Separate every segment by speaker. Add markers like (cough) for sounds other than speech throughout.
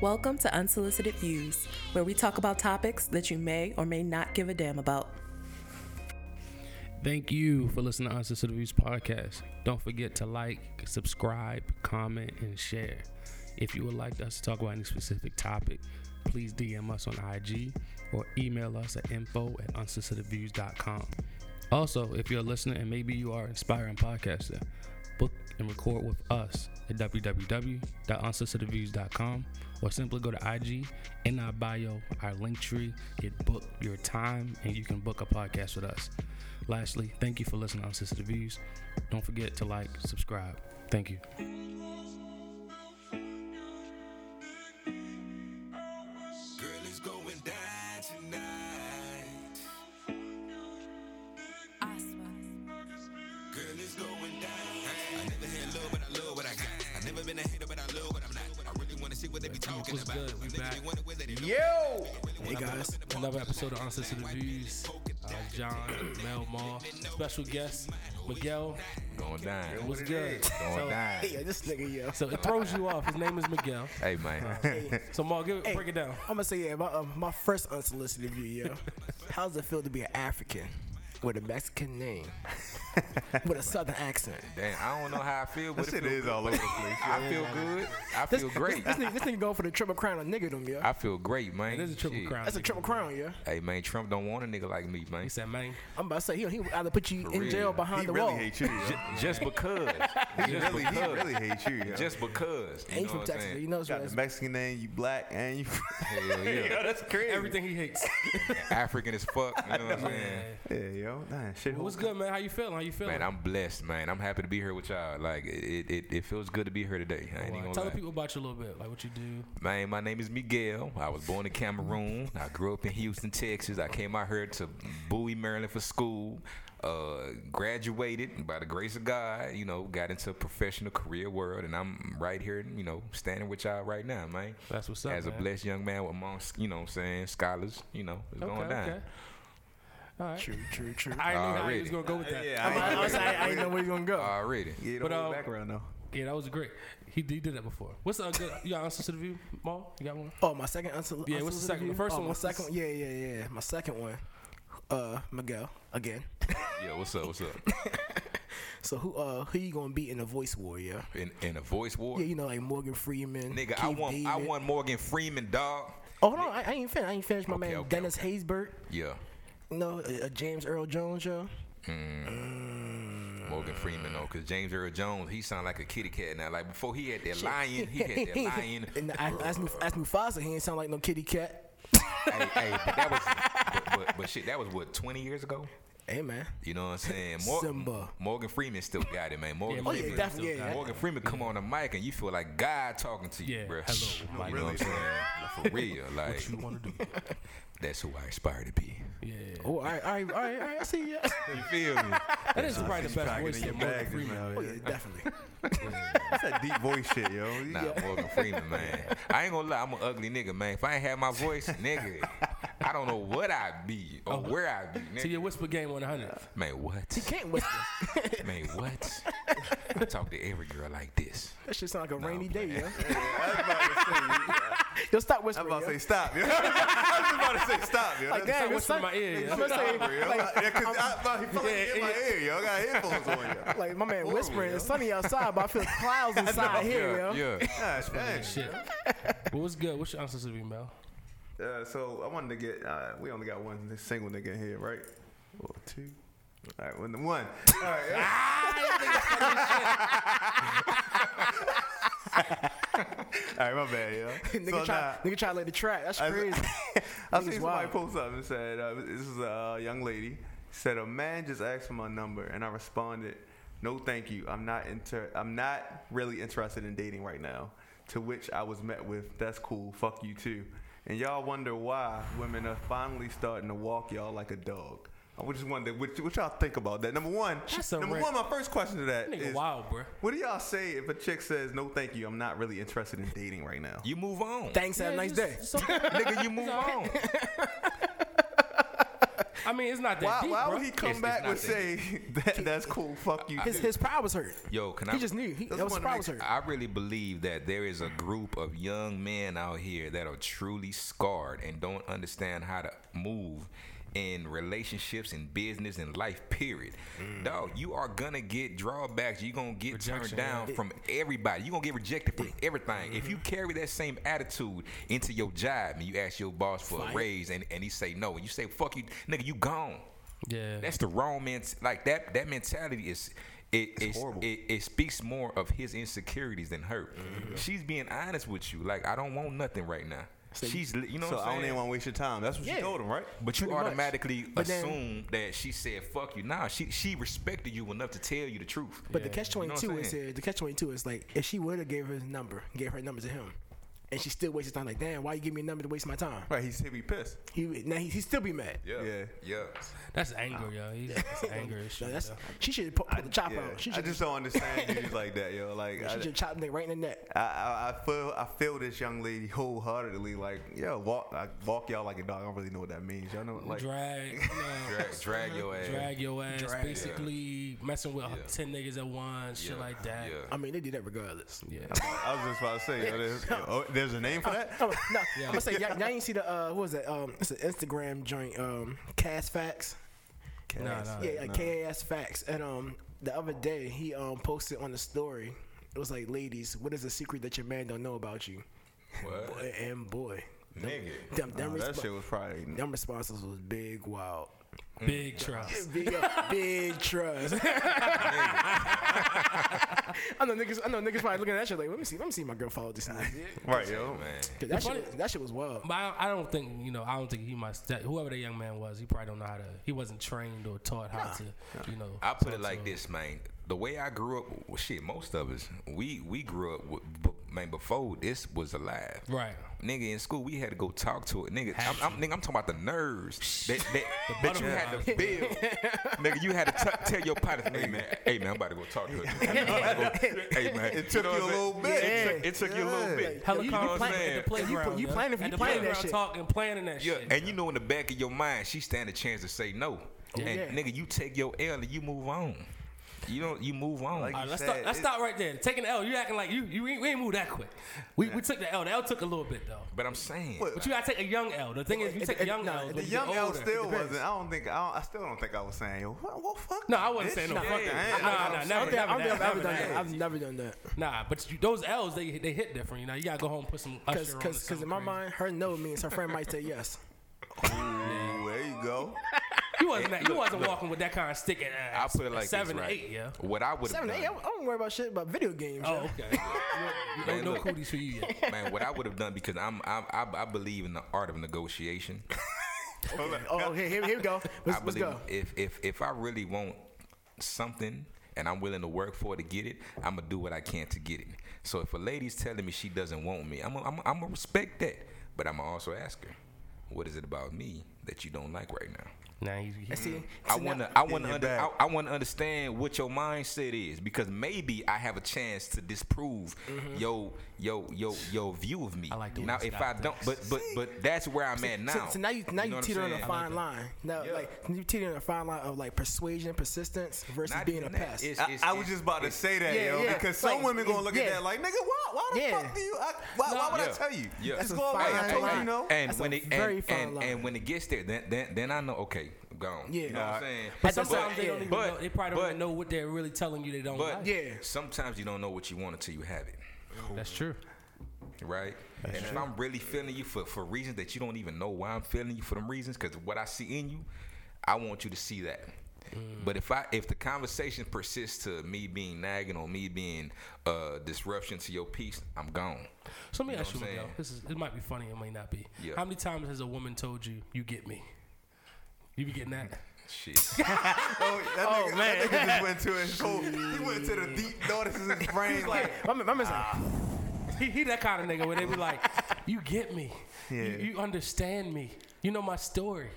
Speaker 1: Welcome to Unsolicited Views, where we talk about topics that you may or may not give a damn about.
Speaker 2: Thank you for listening to Unsolicited Views podcast. Don't forget to like, subscribe, comment, and share. If you would like us to talk about any specific topic, please DM us on IG or email us at info at unsolicitedviews.com. Also, if you're a listener and maybe you are an inspiring podcaster, book and record with us at www.unsolicitedviews.com or simply go to IG, in our bio, our link tree, hit book your time, and you can book a podcast with us. Lastly, thank you for listening to Unsolicited Views. Don't forget to like, subscribe. Thank you.
Speaker 3: Girl, it's going down tonight. Girl, it's going down. I never had love, but I love what I got. I never been a hater, but I love what I'm not. I really wanna see what they be talking
Speaker 2: What's
Speaker 3: about.
Speaker 2: good? We back.
Speaker 3: Wonder where they be
Speaker 4: Yo!
Speaker 2: Hey guys, another episode of Unsolicited Views. Uh, John, Mel, Mar, special guest Miguel.
Speaker 5: Going down.
Speaker 2: What's good?
Speaker 5: Going
Speaker 2: So,
Speaker 5: down.
Speaker 4: Yeah, this nigga, yo.
Speaker 2: so it throws you off. His name is Miguel.
Speaker 5: Hey man.
Speaker 2: (laughs) So Mar, give, it
Speaker 4: Hey.
Speaker 2: break it down.
Speaker 4: I'm gonna say, yeah, my, um, my first unsolicited view, yo. How does it feel to be an African with a Mexican name, (laughs) with a Southern accent?
Speaker 5: Damn, I don't know how I feel, but
Speaker 6: This
Speaker 5: it
Speaker 6: shit
Speaker 5: feel
Speaker 6: is
Speaker 5: good. (laughs)
Speaker 6: all over the place.
Speaker 5: I feel good. I feel great.
Speaker 4: This nigga, this nigga going for the triple crown of niggerdom, yo.
Speaker 5: I feel great, man.
Speaker 2: It is a triple
Speaker 5: Shit.
Speaker 2: crown.
Speaker 4: That's a triple crown, yo.
Speaker 5: Hey man, Trump don't want a nigga like me, man.
Speaker 2: He said, man,
Speaker 4: I'm about to say, he, he would either put you
Speaker 5: For
Speaker 4: in
Speaker 5: real.
Speaker 4: jail behind
Speaker 6: He
Speaker 4: the
Speaker 6: really
Speaker 4: wall.
Speaker 6: hates you. yo.
Speaker 5: Just because.
Speaker 6: He
Speaker 5: Just
Speaker 6: really, he
Speaker 5: because.
Speaker 6: really hates you. yo.
Speaker 5: (laughs) Just because. You
Speaker 4: Ain't
Speaker 5: know
Speaker 4: from
Speaker 5: what I'm
Speaker 4: Texas, yo.
Speaker 5: saying?
Speaker 4: you know
Speaker 6: You
Speaker 4: what's
Speaker 6: got the
Speaker 4: right.
Speaker 6: Mexican name, you black, and you. (laughs)
Speaker 5: Hell yeah.
Speaker 6: yo, that's crazy.
Speaker 2: everything he hates.
Speaker 5: African as fuck. You know what I'm saying?
Speaker 6: Yeah, yo, nah, shit.
Speaker 2: What's good, man? How you feeling? How you feeling?
Speaker 5: Man, I'm blessed, man. I'm happy to be here with y'all. Like it, it, it feels good to be here today. I ain't even
Speaker 2: Well,
Speaker 5: gonna
Speaker 2: Tell the
Speaker 5: lie.
Speaker 2: people about you a little bit, like what you do.
Speaker 5: Man, my name is Miguel. I was born in Cameroon. I grew up in Houston, Texas. I came out here to Bowie, Maryland for school. Uh, graduated by the grace of God. You know, got into a professional career world, and I'm right here. You know, standing with y'all right now, man.
Speaker 2: That's what's up,
Speaker 5: As
Speaker 2: man.
Speaker 5: a blessed young man amongst, you know, what I'm saying scholars. You know, it's going down.
Speaker 2: All right.
Speaker 4: True, true, true.
Speaker 2: (laughs) I didn't know how he
Speaker 5: Already.
Speaker 2: was gonna go with that. Yeah,
Speaker 6: Yeah, I,
Speaker 4: I, was, I, I didn't know where you gonna go.
Speaker 5: Already.
Speaker 6: yeah,
Speaker 2: But,
Speaker 6: but,
Speaker 2: um,
Speaker 6: background though.
Speaker 2: that was great. He, he did that before. What's a good? You got an answer to the view, Maul? You got one?
Speaker 4: Oh, my second unsolicited.
Speaker 2: Yeah, what's the second- the
Speaker 4: view?
Speaker 2: first
Speaker 4: oh,
Speaker 2: one
Speaker 4: My
Speaker 2: was-
Speaker 4: second, yeah, yeah, yeah. My second one, uh, Miguel again.
Speaker 5: Yo, what's up? What's up?
Speaker 4: So who, uh, who you gonna be in the voice war, yo?
Speaker 5: In, in a voice war.
Speaker 4: Yeah, you know, like Morgan Freeman.
Speaker 5: Nigga,
Speaker 4: Keith
Speaker 5: I want I
Speaker 4: David.
Speaker 5: want Morgan Freeman, dog.
Speaker 4: Oh, hold on, I, I ain't finished. I ain't finished. My
Speaker 5: Okay,
Speaker 4: man
Speaker 5: okay,
Speaker 4: Dennis Haysbert.
Speaker 5: Yeah,
Speaker 4: You know, a, a James Earl Jones, yo.
Speaker 5: Morgan Freeman though, because James Earl Jones, he sound like a kitty cat now. Like before, he had that lion, he had
Speaker 4: (laughs)
Speaker 5: that lion.
Speaker 4: and I, that's, Muf- that's Mufasa. He ain't sound like no kitty cat.
Speaker 5: hey, hey, but that was, but, but, but shit, that was what twenty years ago.
Speaker 4: Hey man,
Speaker 5: You know what I'm saying? Mor-
Speaker 4: Simba.
Speaker 5: Morgan Freeman still got it, man. Morgan
Speaker 2: Oh, yeah,
Speaker 5: Freeman.
Speaker 4: definitely, yeah, yeah.
Speaker 5: Morgan Freeman come on the mic and you feel like God talking to you,
Speaker 2: Yeah,
Speaker 5: bro.
Speaker 2: hello,
Speaker 5: you know what I'm saying?
Speaker 2: (laughs)
Speaker 5: For real, like
Speaker 2: You want to do?
Speaker 5: that's who I aspire to be.
Speaker 2: Yeah.
Speaker 4: oh, all right, all right, all right, all right. I see you.
Speaker 5: You
Speaker 6: (laughs)
Speaker 5: feel me?
Speaker 2: That is probably the best
Speaker 6: Packing
Speaker 2: voice
Speaker 6: in your
Speaker 2: that Morgan
Speaker 6: bag is
Speaker 2: Freeman.
Speaker 6: now,
Speaker 4: Oh
Speaker 6: yeah.
Speaker 4: yeah, definitely.
Speaker 6: That's that deep voice shit, yo. You-
Speaker 5: Nah, Morgan Freeman, man. I ain't gonna lie, I'm an ugly nigga, man. If I ain't have my voice, nigga, I don't know what I'd be or where I'd be.
Speaker 2: Uh-huh. To
Speaker 5: Nigga.
Speaker 2: your whisper game on 100.
Speaker 5: Man, what?
Speaker 4: Can't whisper.
Speaker 5: Man, what? (laughs) I talk to every girl like this.
Speaker 4: That shit sound like a
Speaker 5: I'm
Speaker 4: rainy day, (laughs) yo.
Speaker 6: I was about to say,
Speaker 4: Yo, stop
Speaker 6: I'm
Speaker 4: whispering.
Speaker 6: about to
Speaker 4: yo.
Speaker 6: say stop, yo. (laughs) I was about to say stop, yo.
Speaker 4: Like,
Speaker 6: That's-
Speaker 2: Stop
Speaker 4: damn, your
Speaker 2: whispering
Speaker 4: son,
Speaker 2: in my ear. yeah.
Speaker 4: I'm gonna say,
Speaker 6: Stop, yo.
Speaker 4: like,
Speaker 6: yeah, cause I, I, I feel like it's in my ear, yo. I got headphones on, yo.
Speaker 4: like my man
Speaker 6: Horrible,
Speaker 4: whispering.
Speaker 6: yo.
Speaker 4: It's sunny outside, but I feel clouds inside here, yo.
Speaker 5: yeah.
Speaker 6: Gosh, dang.
Speaker 2: Shit. Well, what's good? What's your answer to the view, Mel?
Speaker 6: Uh, so I wanted to get. Uh, we only got one single nigga in here, right? Or two? All right, one. one. All right.
Speaker 4: Ah,
Speaker 6: (laughs) All right, my bad, yo.
Speaker 4: (laughs) nigga,
Speaker 6: so
Speaker 4: try, nigga try to let the track. That's
Speaker 6: (laughs) I-
Speaker 4: crazy.
Speaker 6: now, I
Speaker 4: Niggas
Speaker 6: seen somebody
Speaker 4: wild.
Speaker 6: post up and said, uh, "This is a young lady." Said a man just asked for my number, and I responded, "No, thank you. I'm not inter. I'm not really interested in dating right now." To which I was met with, "That's cool. Fuck you too." And y'all wonder why women are finally starting to walk y'all like a dog. I just wonder what, what y'all think about that. Number one,
Speaker 2: That's a
Speaker 6: number
Speaker 2: rare-
Speaker 6: one, my first question to that
Speaker 2: Nigga,
Speaker 6: is,
Speaker 2: wild, bruh.
Speaker 6: what do y'all say if a chick says, "No, thank you. I'm not really interested in dating right now"?
Speaker 5: You move on.
Speaker 2: (laughs)
Speaker 6: (laughs)
Speaker 4: Thanks. have a nice day.
Speaker 2: day.
Speaker 5: Nigga, you move on.
Speaker 2: (laughs) I mean, it's not that
Speaker 6: Why,
Speaker 2: deep.
Speaker 6: why
Speaker 2: bro.
Speaker 6: would he come
Speaker 5: It's- it's
Speaker 6: back
Speaker 5: not
Speaker 6: and
Speaker 5: that
Speaker 6: say (laughs) that, that's cool? Fuck you.
Speaker 4: His his pride was hurt.
Speaker 5: Yo, can
Speaker 4: He
Speaker 5: I?
Speaker 4: just knew. He, that
Speaker 6: That's
Speaker 4: was his
Speaker 6: one
Speaker 4: pride
Speaker 6: of
Speaker 4: was
Speaker 6: the-
Speaker 4: hurt.
Speaker 5: I really believe that there is a group of young men out here that are truly scarred and don't understand how to move in relationships and business and life period. Dog, you are gonna get drawbacks. You're gonna get
Speaker 2: Rejection,
Speaker 5: turned down from everybody. You're gonna get rejected from everything. If you carry that same attitude into your job and you ask your boss for a raise and, and he say no, and you say, fuck you, nigga, you gone.
Speaker 2: Yeah.
Speaker 5: That's the wrong man. Like that. That mentality is. It, it's
Speaker 7: horrible.
Speaker 5: It, it speaks more of his insecurities than her. She's being honest with you. Like I don't want nothing right now. She's. li- You know.
Speaker 6: So
Speaker 5: what I'm
Speaker 6: I don't
Speaker 5: saying?
Speaker 6: even want to waste your time. That's what
Speaker 4: Yeah.
Speaker 6: you told him, right?
Speaker 5: But you
Speaker 4: Pretty much.
Speaker 5: automatically
Speaker 4: But then-
Speaker 5: assume that she said "fuck you." Nah, she she respected you enough to tell you the truth.
Speaker 4: But the catch
Speaker 5: You know
Speaker 4: twenty
Speaker 5: what
Speaker 4: two
Speaker 5: I'm
Speaker 4: is
Speaker 5: saying?
Speaker 4: uh, the catch twenty two is like if she would have gave her his number, gave her number to him, and she still wasted time. Like damn, why you give me a number to waste my time?
Speaker 6: Right. He's he'd be pissed.
Speaker 4: He now he, he still be mad.
Speaker 5: yeah,
Speaker 6: Yeah.
Speaker 5: yeah.
Speaker 2: That's anger, yo. He's
Speaker 6: (laughs)
Speaker 2: that's anger
Speaker 4: No,
Speaker 2: issue.
Speaker 4: that's she should put, put the chop
Speaker 6: Yeah.
Speaker 4: out. She
Speaker 6: I
Speaker 4: should
Speaker 6: just don't (laughs) understand dudes like that, yo. Like I,
Speaker 4: she should chop nigga right in the neck.
Speaker 6: I, I, I feel I feel this young lady wholeheartedly. Like yo, walk I walk y'all like a dog. I don't really know what that means. Y'all know like
Speaker 2: drag, no,
Speaker 5: Drag, drag your ass.
Speaker 2: drag your ass.
Speaker 5: Drag, yeah.
Speaker 2: basically messing with
Speaker 5: Yeah.
Speaker 2: ten niggas at once, shit like that.
Speaker 5: Yeah.
Speaker 4: I mean, they do that regardless.
Speaker 6: I was just about to say, yo, (laughs) there's, oh, there's a name for that.
Speaker 4: Oh, no, I'm gonna say y'all, y'all ain't see the uh, what was that? Um, it's an Instagram joint. Um, Cass Facts.
Speaker 2: Nah, nah.
Speaker 4: Yeah, uh, KAS Facts. And um, the other day he um posted on the story. It was like, ladies, what is the secret that your man don't know about you?
Speaker 5: What?
Speaker 4: Boy, and boy,
Speaker 5: Nigga.
Speaker 4: them them,
Speaker 6: Nah, Oh, that
Speaker 4: respo-
Speaker 6: shit was probably
Speaker 4: them responses was big, wild,
Speaker 5: Mm.
Speaker 2: Big trust.
Speaker 4: big, uh,
Speaker 6: (laughs)
Speaker 4: big trust. (laughs) I know niggas. I know niggas probably looking at that shit like, let me see, let me see my girl follow this nigga.
Speaker 6: right, yo.
Speaker 5: Man.
Speaker 4: 'Cause That shit, that shit was wild.
Speaker 2: But I, I don't think you know. I don't think he must. That, whoever that young man was, he probably don't know how to. He wasn't trained or taught how to. You know.
Speaker 5: I put it
Speaker 2: talk
Speaker 5: like
Speaker 2: to-
Speaker 5: this, man. The way I grew up, well, shit, most of us, we we grew up, with, b- man. Before this was alive,
Speaker 2: Right.
Speaker 5: Nigga, in school we had to go talk to it. Nigga, I'm, I'm, nigga, I'm talking about the nerves that, that, that you had to build. nigga, you had to t- tell your partner, hey man, hey man, I'm about to go talk to it. hey man,
Speaker 6: It took you a little bit.
Speaker 5: It took, it took you a little bit.
Speaker 4: Yo, you-
Speaker 2: Helicopter
Speaker 4: you
Speaker 5: know what
Speaker 4: plan-
Speaker 5: I'm
Speaker 2: at
Speaker 5: saying?
Speaker 2: the playground.
Speaker 4: you
Speaker 2: yo.
Speaker 4: planning- you
Speaker 2: at the
Speaker 4: planning that
Speaker 2: playground
Speaker 4: shit.
Speaker 2: talking, planning that
Speaker 5: Yeah,
Speaker 2: shit.
Speaker 5: and you know in the back of your mind, she stand a chance to say no. and
Speaker 4: Yeah.
Speaker 5: nigga, you take your L and you move on. You don't, you move on.
Speaker 6: Like-
Speaker 2: All right, let's
Speaker 6: said
Speaker 2: stop. Let's
Speaker 6: it-
Speaker 2: stop right there. Taking the L, you acting like you you ain't, we ain't moved that quick. We, we took the L. The L took a little bit though.
Speaker 5: but I'm saying,
Speaker 6: What-
Speaker 2: But you gotta take a young L. The thing is, you
Speaker 4: It-
Speaker 2: take
Speaker 4: it-
Speaker 2: a young
Speaker 4: no,
Speaker 2: L.
Speaker 4: it-
Speaker 2: when
Speaker 6: The
Speaker 2: you
Speaker 6: young
Speaker 2: get
Speaker 6: L
Speaker 2: older-
Speaker 6: still wasn't. I don't think. I, don't, I still don't think I was saying. Yo, what, what fuck?
Speaker 2: No, I wasn't saying no.
Speaker 6: bitch?
Speaker 2: Fuck
Speaker 5: yeah.
Speaker 2: that.
Speaker 6: Nah,
Speaker 2: Nah, nah,
Speaker 6: I'm
Speaker 2: never,
Speaker 4: I don't
Speaker 2: never,
Speaker 4: think I've
Speaker 2: never,
Speaker 4: ever
Speaker 2: never,
Speaker 4: done that. I've never done that.
Speaker 2: Nah, but you, those L's they they hit different. You know, you gotta go home and put some usher
Speaker 4: Cause,
Speaker 2: on.
Speaker 4: cause,
Speaker 2: or
Speaker 4: 'cause in my
Speaker 2: something
Speaker 4: mind, her no means her friend might say yes.
Speaker 6: Ooh, there you go.
Speaker 2: crazy. you wasn't that- you wasn't walking with that kind of stick at.
Speaker 5: I'll put it like
Speaker 2: seven
Speaker 5: this,
Speaker 2: or
Speaker 5: right?
Speaker 2: eight. Yeah.
Speaker 5: What I would have
Speaker 4: Seven,
Speaker 5: done,
Speaker 4: eight, I don't- I don't worry about shit about video games.
Speaker 2: Oh,
Speaker 4: yo.
Speaker 2: okay. no,
Speaker 5: Man,
Speaker 2: no
Speaker 5: look.
Speaker 2: cooties for you yet.
Speaker 5: man, what I would have done because I'm, I'm I, I believe in the art of negotiation.
Speaker 4: Oh, okay, here, here we (laughs) go. Let's,
Speaker 5: I
Speaker 4: let's
Speaker 5: believe
Speaker 4: go.
Speaker 5: if if if I really want something and I'm willing to work for it to get it, I'm gonna do what I can to get it. So if a lady's telling me she doesn't want me, I'm i I'm i I'm gonna respect that, but I'm gonna also ask her, what is it about me that you don't like right now?
Speaker 2: Nah, you,
Speaker 4: Mm, I see.
Speaker 5: I
Speaker 4: see, now-
Speaker 5: want to. I want
Speaker 6: In
Speaker 5: to.
Speaker 6: your
Speaker 5: Under, I,
Speaker 6: bag.
Speaker 5: I want to understand what your mindset is because maybe I have a chance to disprove
Speaker 4: Mm-hmm.
Speaker 5: your your your your view of me.
Speaker 2: I like the way
Speaker 5: now
Speaker 2: this
Speaker 5: if
Speaker 2: guy
Speaker 5: I don't, but but but that's where I'm at now.
Speaker 4: So, so now you now you,
Speaker 5: know what I'm
Speaker 4: teeter on a
Speaker 5: saying?
Speaker 4: fine line. Now,
Speaker 5: Yeah.
Speaker 4: like you teeter on a fine line of like persuasion, persistence versus
Speaker 5: Not
Speaker 4: being a
Speaker 5: even that.
Speaker 4: pest.
Speaker 5: It's-
Speaker 6: I, I was
Speaker 5: it's-
Speaker 6: just about to
Speaker 5: it's-
Speaker 6: say that,
Speaker 4: Yeah,
Speaker 6: yo,
Speaker 4: yeah.
Speaker 6: because some
Speaker 4: Like,
Speaker 6: women gonna
Speaker 4: it-
Speaker 6: look
Speaker 4: yeah.
Speaker 6: at that like, nigga, why, why the
Speaker 4: Yeah.
Speaker 6: fuck do you? I, why, why would I tell you?
Speaker 5: Yeah.
Speaker 6: It's
Speaker 5: That's
Speaker 4: a
Speaker 6: going
Speaker 4: fine
Speaker 6: back. I told
Speaker 4: line.
Speaker 6: you, you know.
Speaker 5: And
Speaker 4: That's
Speaker 5: when
Speaker 4: a
Speaker 5: it
Speaker 4: very
Speaker 5: and,
Speaker 4: fine
Speaker 5: and,
Speaker 4: line.
Speaker 5: and when it gets there, then then, then I know. Okay, gone.
Speaker 4: Yeah.
Speaker 5: You know what
Speaker 6: Nah.
Speaker 5: I'm saying?
Speaker 4: But
Speaker 2: sometimes
Speaker 4: sometimes-
Speaker 2: they don't even
Speaker 5: but-
Speaker 2: know. They probably don't
Speaker 5: but-
Speaker 2: even know what they're really telling you. They don't.
Speaker 5: But
Speaker 2: like.
Speaker 4: Yeah.
Speaker 5: sometimes you don't know what you want until you have it.
Speaker 2: That's true.
Speaker 5: right? and if I'm really feeling you for, for reasons that you don't even know why I'm feeling you for them reasons, because what I see in you, I want you to see that. But if I if the conversation persists to me being nagging or me being uh, disruption to your peace, I'm gone.
Speaker 2: So let me
Speaker 5: You know
Speaker 2: ask you,
Speaker 5: what I'm
Speaker 2: Miguel.
Speaker 5: saying?
Speaker 2: This is, it might be funny, it might not be.
Speaker 5: Yeah.
Speaker 2: How many times has a woman told you, "You get me"? You be getting that? (laughs)
Speaker 5: Shit.
Speaker 6: Oh, (laughs) that nigga, that nigga just went to (laughs) his cool. He went to the deep notice in (laughs) his brain. like,
Speaker 4: my man- my man's like,
Speaker 2: he, he that kind of nigga where they be like, (laughs) "You get me.
Speaker 6: Yeah.
Speaker 2: You, you understand me. You know my story."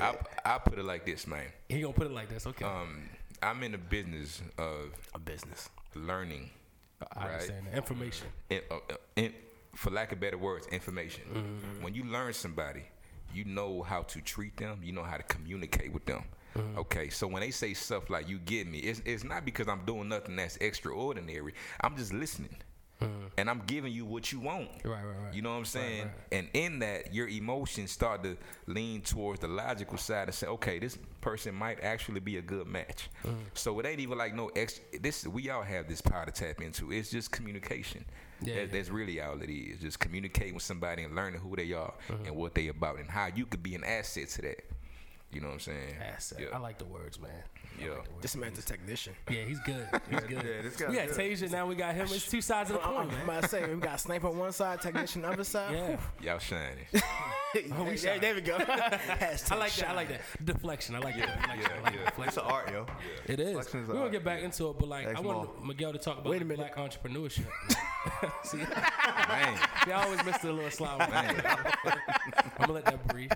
Speaker 5: I I put it like this, man.
Speaker 2: He gonna put it like this. Okay.
Speaker 5: Um, I'm in the business of
Speaker 4: a business.
Speaker 5: learning.
Speaker 2: I understand that information. Mm-hmm.
Speaker 5: in, uh, uh, in, for lack of better words, information. When you learn somebody, you know how to treat them, you know how to communicate with them.
Speaker 2: Mm-hmm.
Speaker 5: Okay, so when they say stuff like "you get me," it's it's not because I'm doing nothing that's extraordinary. I'm just listening, and I'm giving you what you want.
Speaker 2: Mm-hmm. Right, right, right.
Speaker 5: You know what I'm saying?
Speaker 2: right.
Speaker 5: And in that, your emotions start to lean towards the logical side and say, "Okay, this person might actually be a good match."
Speaker 2: Mm.
Speaker 5: So it ain't even like no ex. This we all have this power to tap into. It's just communication.
Speaker 2: Yeah,
Speaker 5: That-
Speaker 2: yeah.
Speaker 5: that's really all it is. Just communicating with somebody and learning who they are
Speaker 2: Mm-hmm.
Speaker 5: and what they about and how you could be an asset to that. You know what I'm saying?
Speaker 2: Asset.
Speaker 5: Yeah.
Speaker 2: I like the words, man.
Speaker 5: yeah.
Speaker 4: This man's a technician.
Speaker 2: Yeah, he's good. He's good.
Speaker 6: Yeah, this guy's
Speaker 2: we got
Speaker 6: good.
Speaker 2: Tasia now. We got him. It's two sides of the
Speaker 4: I'm
Speaker 2: coin, man.
Speaker 4: about to say we got sniper on one side, technician on the other side.
Speaker 2: Yeah,
Speaker 5: Y'all shining.
Speaker 4: There- there, there (laughs) we (laughs) go. Hashtag
Speaker 2: I like that. I
Speaker 4: shine.
Speaker 2: like that deflection. I like that. Deflection. I like
Speaker 5: yeah.
Speaker 6: It's
Speaker 2: deflection.
Speaker 6: an art, yo.
Speaker 2: It is.
Speaker 6: Deflection
Speaker 2: We're
Speaker 6: is
Speaker 2: gonna
Speaker 6: alright,
Speaker 2: get back
Speaker 6: yeah.
Speaker 2: into it, but like,
Speaker 6: Thanks,
Speaker 2: I want
Speaker 6: Maul.
Speaker 2: Miguel to talk about
Speaker 4: Wait
Speaker 2: the
Speaker 4: a minute.
Speaker 2: black entrepreneurship. See,
Speaker 5: Man.
Speaker 2: they always miss the little slide. one. (laughs) I'm gonna let that breathe.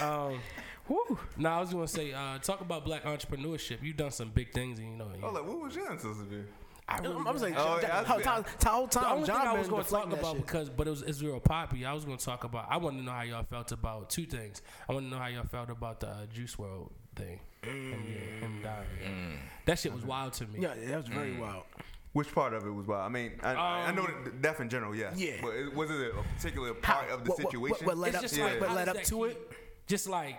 Speaker 2: Um, Now I was gonna say, uh, talk about black entrepreneurship. You've done some big things, and you know. You,
Speaker 6: Oh, like, what was your interview?
Speaker 4: I am I'm saying,
Speaker 6: Oh,
Speaker 4: oh,
Speaker 6: yeah, I was-
Speaker 4: Ty, Ty, whole time,
Speaker 2: the only
Speaker 4: Oh, John
Speaker 2: thing I
Speaker 4: been
Speaker 2: was going to talk
Speaker 4: deflecting that
Speaker 2: about
Speaker 4: shit.
Speaker 2: because, but it was Israel Poppy. I was going to talk about. I want to know how y'all felt about two things. I want to know how y'all felt about the uh, Juice World thing. And, yeah, him dying. That shit was wild to me.
Speaker 4: Yeah, yeah, that was very wild.
Speaker 6: Which part of it was wild? I mean, I, I know that death in general, yes.
Speaker 4: Um, Yeah.
Speaker 6: But it, was it a particular part of the
Speaker 4: what- what-
Speaker 6: situation?
Speaker 4: what led
Speaker 2: it's
Speaker 4: up-
Speaker 2: just
Speaker 6: yeah.
Speaker 2: like,
Speaker 6: But
Speaker 2: how
Speaker 4: led
Speaker 2: does
Speaker 4: up
Speaker 2: that
Speaker 4: to
Speaker 2: keep- Just like,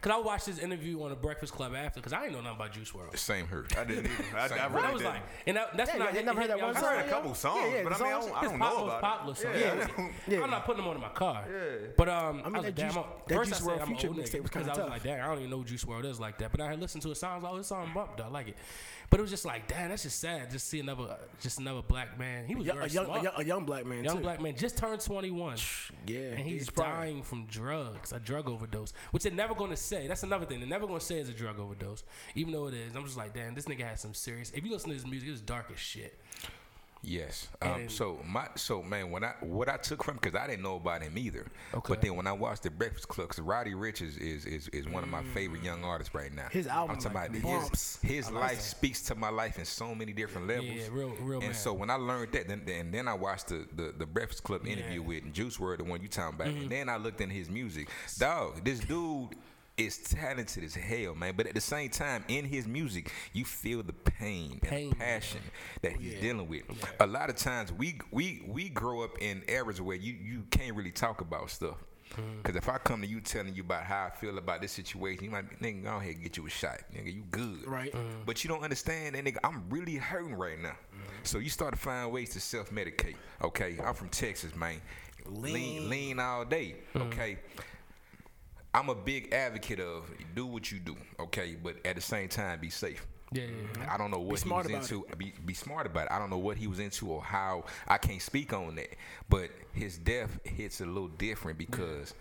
Speaker 2: cause I watched this interview on the Breakfast Club after, cause I didn't know nothing about Juice World.
Speaker 5: Same here.
Speaker 6: I (laughs) didn't either. I, I
Speaker 5: Same.
Speaker 6: really
Speaker 2: I was
Speaker 6: didn't.
Speaker 2: like, and that, that's
Speaker 4: Yeah,
Speaker 2: when I
Speaker 4: y'all
Speaker 2: hit-
Speaker 4: never
Speaker 2: it
Speaker 4: heard that
Speaker 2: me, I
Speaker 4: one
Speaker 2: was
Speaker 6: I
Speaker 2: like,
Speaker 6: heard a
Speaker 4: Yeah,
Speaker 6: couple
Speaker 4: yeah,
Speaker 6: songs,
Speaker 4: yeah,
Speaker 6: but I
Speaker 4: the
Speaker 6: mean, I
Speaker 4: songs-
Speaker 6: don't, I
Speaker 2: His
Speaker 6: don't
Speaker 2: pop was
Speaker 6: know about
Speaker 2: popular, so
Speaker 6: it.
Speaker 2: yeah,
Speaker 6: I
Speaker 2: I
Speaker 6: don't-
Speaker 2: don't- I'm not putting him on in my car. But um, I, was
Speaker 4: mean,
Speaker 2: like,
Speaker 4: that Juice-
Speaker 2: damn. I'm-
Speaker 4: that
Speaker 2: First,
Speaker 4: Juice
Speaker 2: I
Speaker 4: WRLD
Speaker 2: said I'm
Speaker 4: feature
Speaker 2: an old
Speaker 4: mixtape
Speaker 2: nigga
Speaker 4: was
Speaker 2: because I
Speaker 4: kinda
Speaker 2: was
Speaker 4: tough.
Speaker 2: like, damn, I don't even know who Juice World is like that. But I had listened to his songs, like, oh, his song bumped. I like it. But it was just like, damn, that's just sad. Just see another, just another black man. He was
Speaker 4: Yo-
Speaker 2: very
Speaker 4: a, young,
Speaker 2: smart.
Speaker 4: a, young, a young black man,
Speaker 2: Young
Speaker 4: too.
Speaker 2: black man just turned 21.
Speaker 4: Yeah,
Speaker 2: And he's,
Speaker 4: he's probably-
Speaker 2: dying from drugs, a drug overdose, which they're never going to say. That's another thing. They're never going to say it's a drug overdose, even though it is. I'm just like, damn, this nigga has some serious. If you listen to his music, it's dark as shit.
Speaker 5: Yes. Um,
Speaker 2: And-
Speaker 5: so my so man, when I what I took from because I didn't know about him either.
Speaker 2: Okay.
Speaker 5: But then when I watched the Breakfast Club, 'cause Roddy Rich is is, is, is one of
Speaker 2: Mm.
Speaker 5: my favorite young artists right now.
Speaker 4: His
Speaker 5: I'm
Speaker 4: album,
Speaker 5: talking
Speaker 4: like,
Speaker 5: about
Speaker 4: bumps.
Speaker 5: his, his life speaks to my life in so many different levels.
Speaker 2: Yeah, real- real
Speaker 5: And
Speaker 2: man.
Speaker 5: so when I learned that, then then, then I watched the, the the Breakfast Club interview
Speaker 2: Yeah. Mm-hmm.
Speaker 5: with Juice WRLD, the one you talking about, and then I looked in his music. Dog, this dude. is talented as hell, man. But at the same time, in his music, you feel the pain,
Speaker 2: Pain, Oh,
Speaker 5: and passion that he's dealing with. A lot of times we we we grow up in eras where you you can't really talk about stuff.
Speaker 2: Mm-hmm.
Speaker 5: Cause if I come to you telling you about how I feel about this situation, you might be nigga, go ahead and get you a shot. Nigga, you good.
Speaker 4: Right.
Speaker 2: Mm.
Speaker 5: But you don't understand that nigga, I'm really hurting right now. So you start to find ways to self medicate. Okay. I'm from Texas, man. Lean lean, all day.
Speaker 2: Mm.
Speaker 5: Okay. I'm a big advocate of do what you do, okay, but at the same time be safe.
Speaker 2: Yeah, yeah, yeah.
Speaker 5: I don't know what he
Speaker 4: smart
Speaker 5: was
Speaker 4: about
Speaker 5: into. Be, be smart about it. I don't know what he was into or how. I can't speak on that. But his death hits a little different because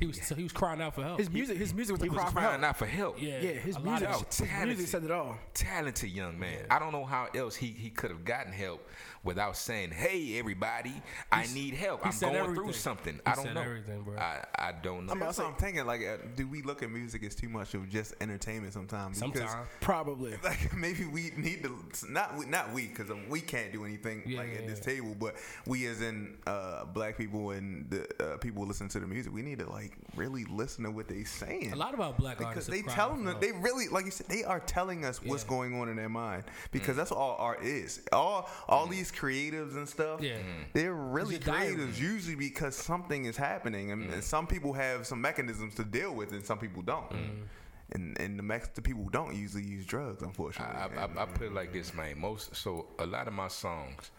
Speaker 2: He was so he was crying out for help.
Speaker 4: His music, his music was the
Speaker 5: he was
Speaker 4: cry for
Speaker 5: crying
Speaker 4: help.
Speaker 5: out for help.
Speaker 2: Yeah.
Speaker 4: Yeah, (laughs) his
Speaker 2: A lot
Speaker 4: music,
Speaker 2: of
Speaker 5: help.
Speaker 4: his music said it all.
Speaker 5: Talented young man. I don't know how else he, he could have gotten help without saying, "Hey, everybody, I need help.
Speaker 2: he
Speaker 5: I'm
Speaker 2: said
Speaker 5: going
Speaker 2: everything.
Speaker 5: through something."
Speaker 2: He
Speaker 5: I don't
Speaker 2: said
Speaker 5: know.
Speaker 2: everything, bro.
Speaker 5: I, I don't know.
Speaker 4: I'm about
Speaker 6: That's what I'm thinking. Like, uh, do we look at music as too much of just entertainment sometimes? Because,
Speaker 2: Sometimes.
Speaker 4: Probably.
Speaker 6: (laughs) Like maybe we need to not we- not we because we can't do anything
Speaker 2: Yeah,
Speaker 6: like
Speaker 2: yeah,
Speaker 6: at this
Speaker 2: yeah.
Speaker 6: table, but we as in uh, black people and the uh, people who listen to the music, we need to like really listen to what they saying.
Speaker 2: A lot of our black
Speaker 6: because
Speaker 2: artists
Speaker 6: they
Speaker 2: are crying
Speaker 6: tell
Speaker 2: out
Speaker 6: them
Speaker 2: for
Speaker 6: that
Speaker 2: help.
Speaker 6: they really like you said they are telling us what's
Speaker 2: Yeah. Mm.
Speaker 6: going on in their mind because that's all art is all all these creatives and stuff
Speaker 2: Yeah. Mm.
Speaker 6: they're really
Speaker 2: It's a diary.
Speaker 6: creatives usually because something is happening and,
Speaker 5: Mm.
Speaker 6: and some people have some mechanisms to deal with and some people don't
Speaker 5: Mm.
Speaker 6: and and the, mex- the people who don't usually use drugs unfortunately
Speaker 5: I, I, I, I put it like this, man. Most so a lot of my songs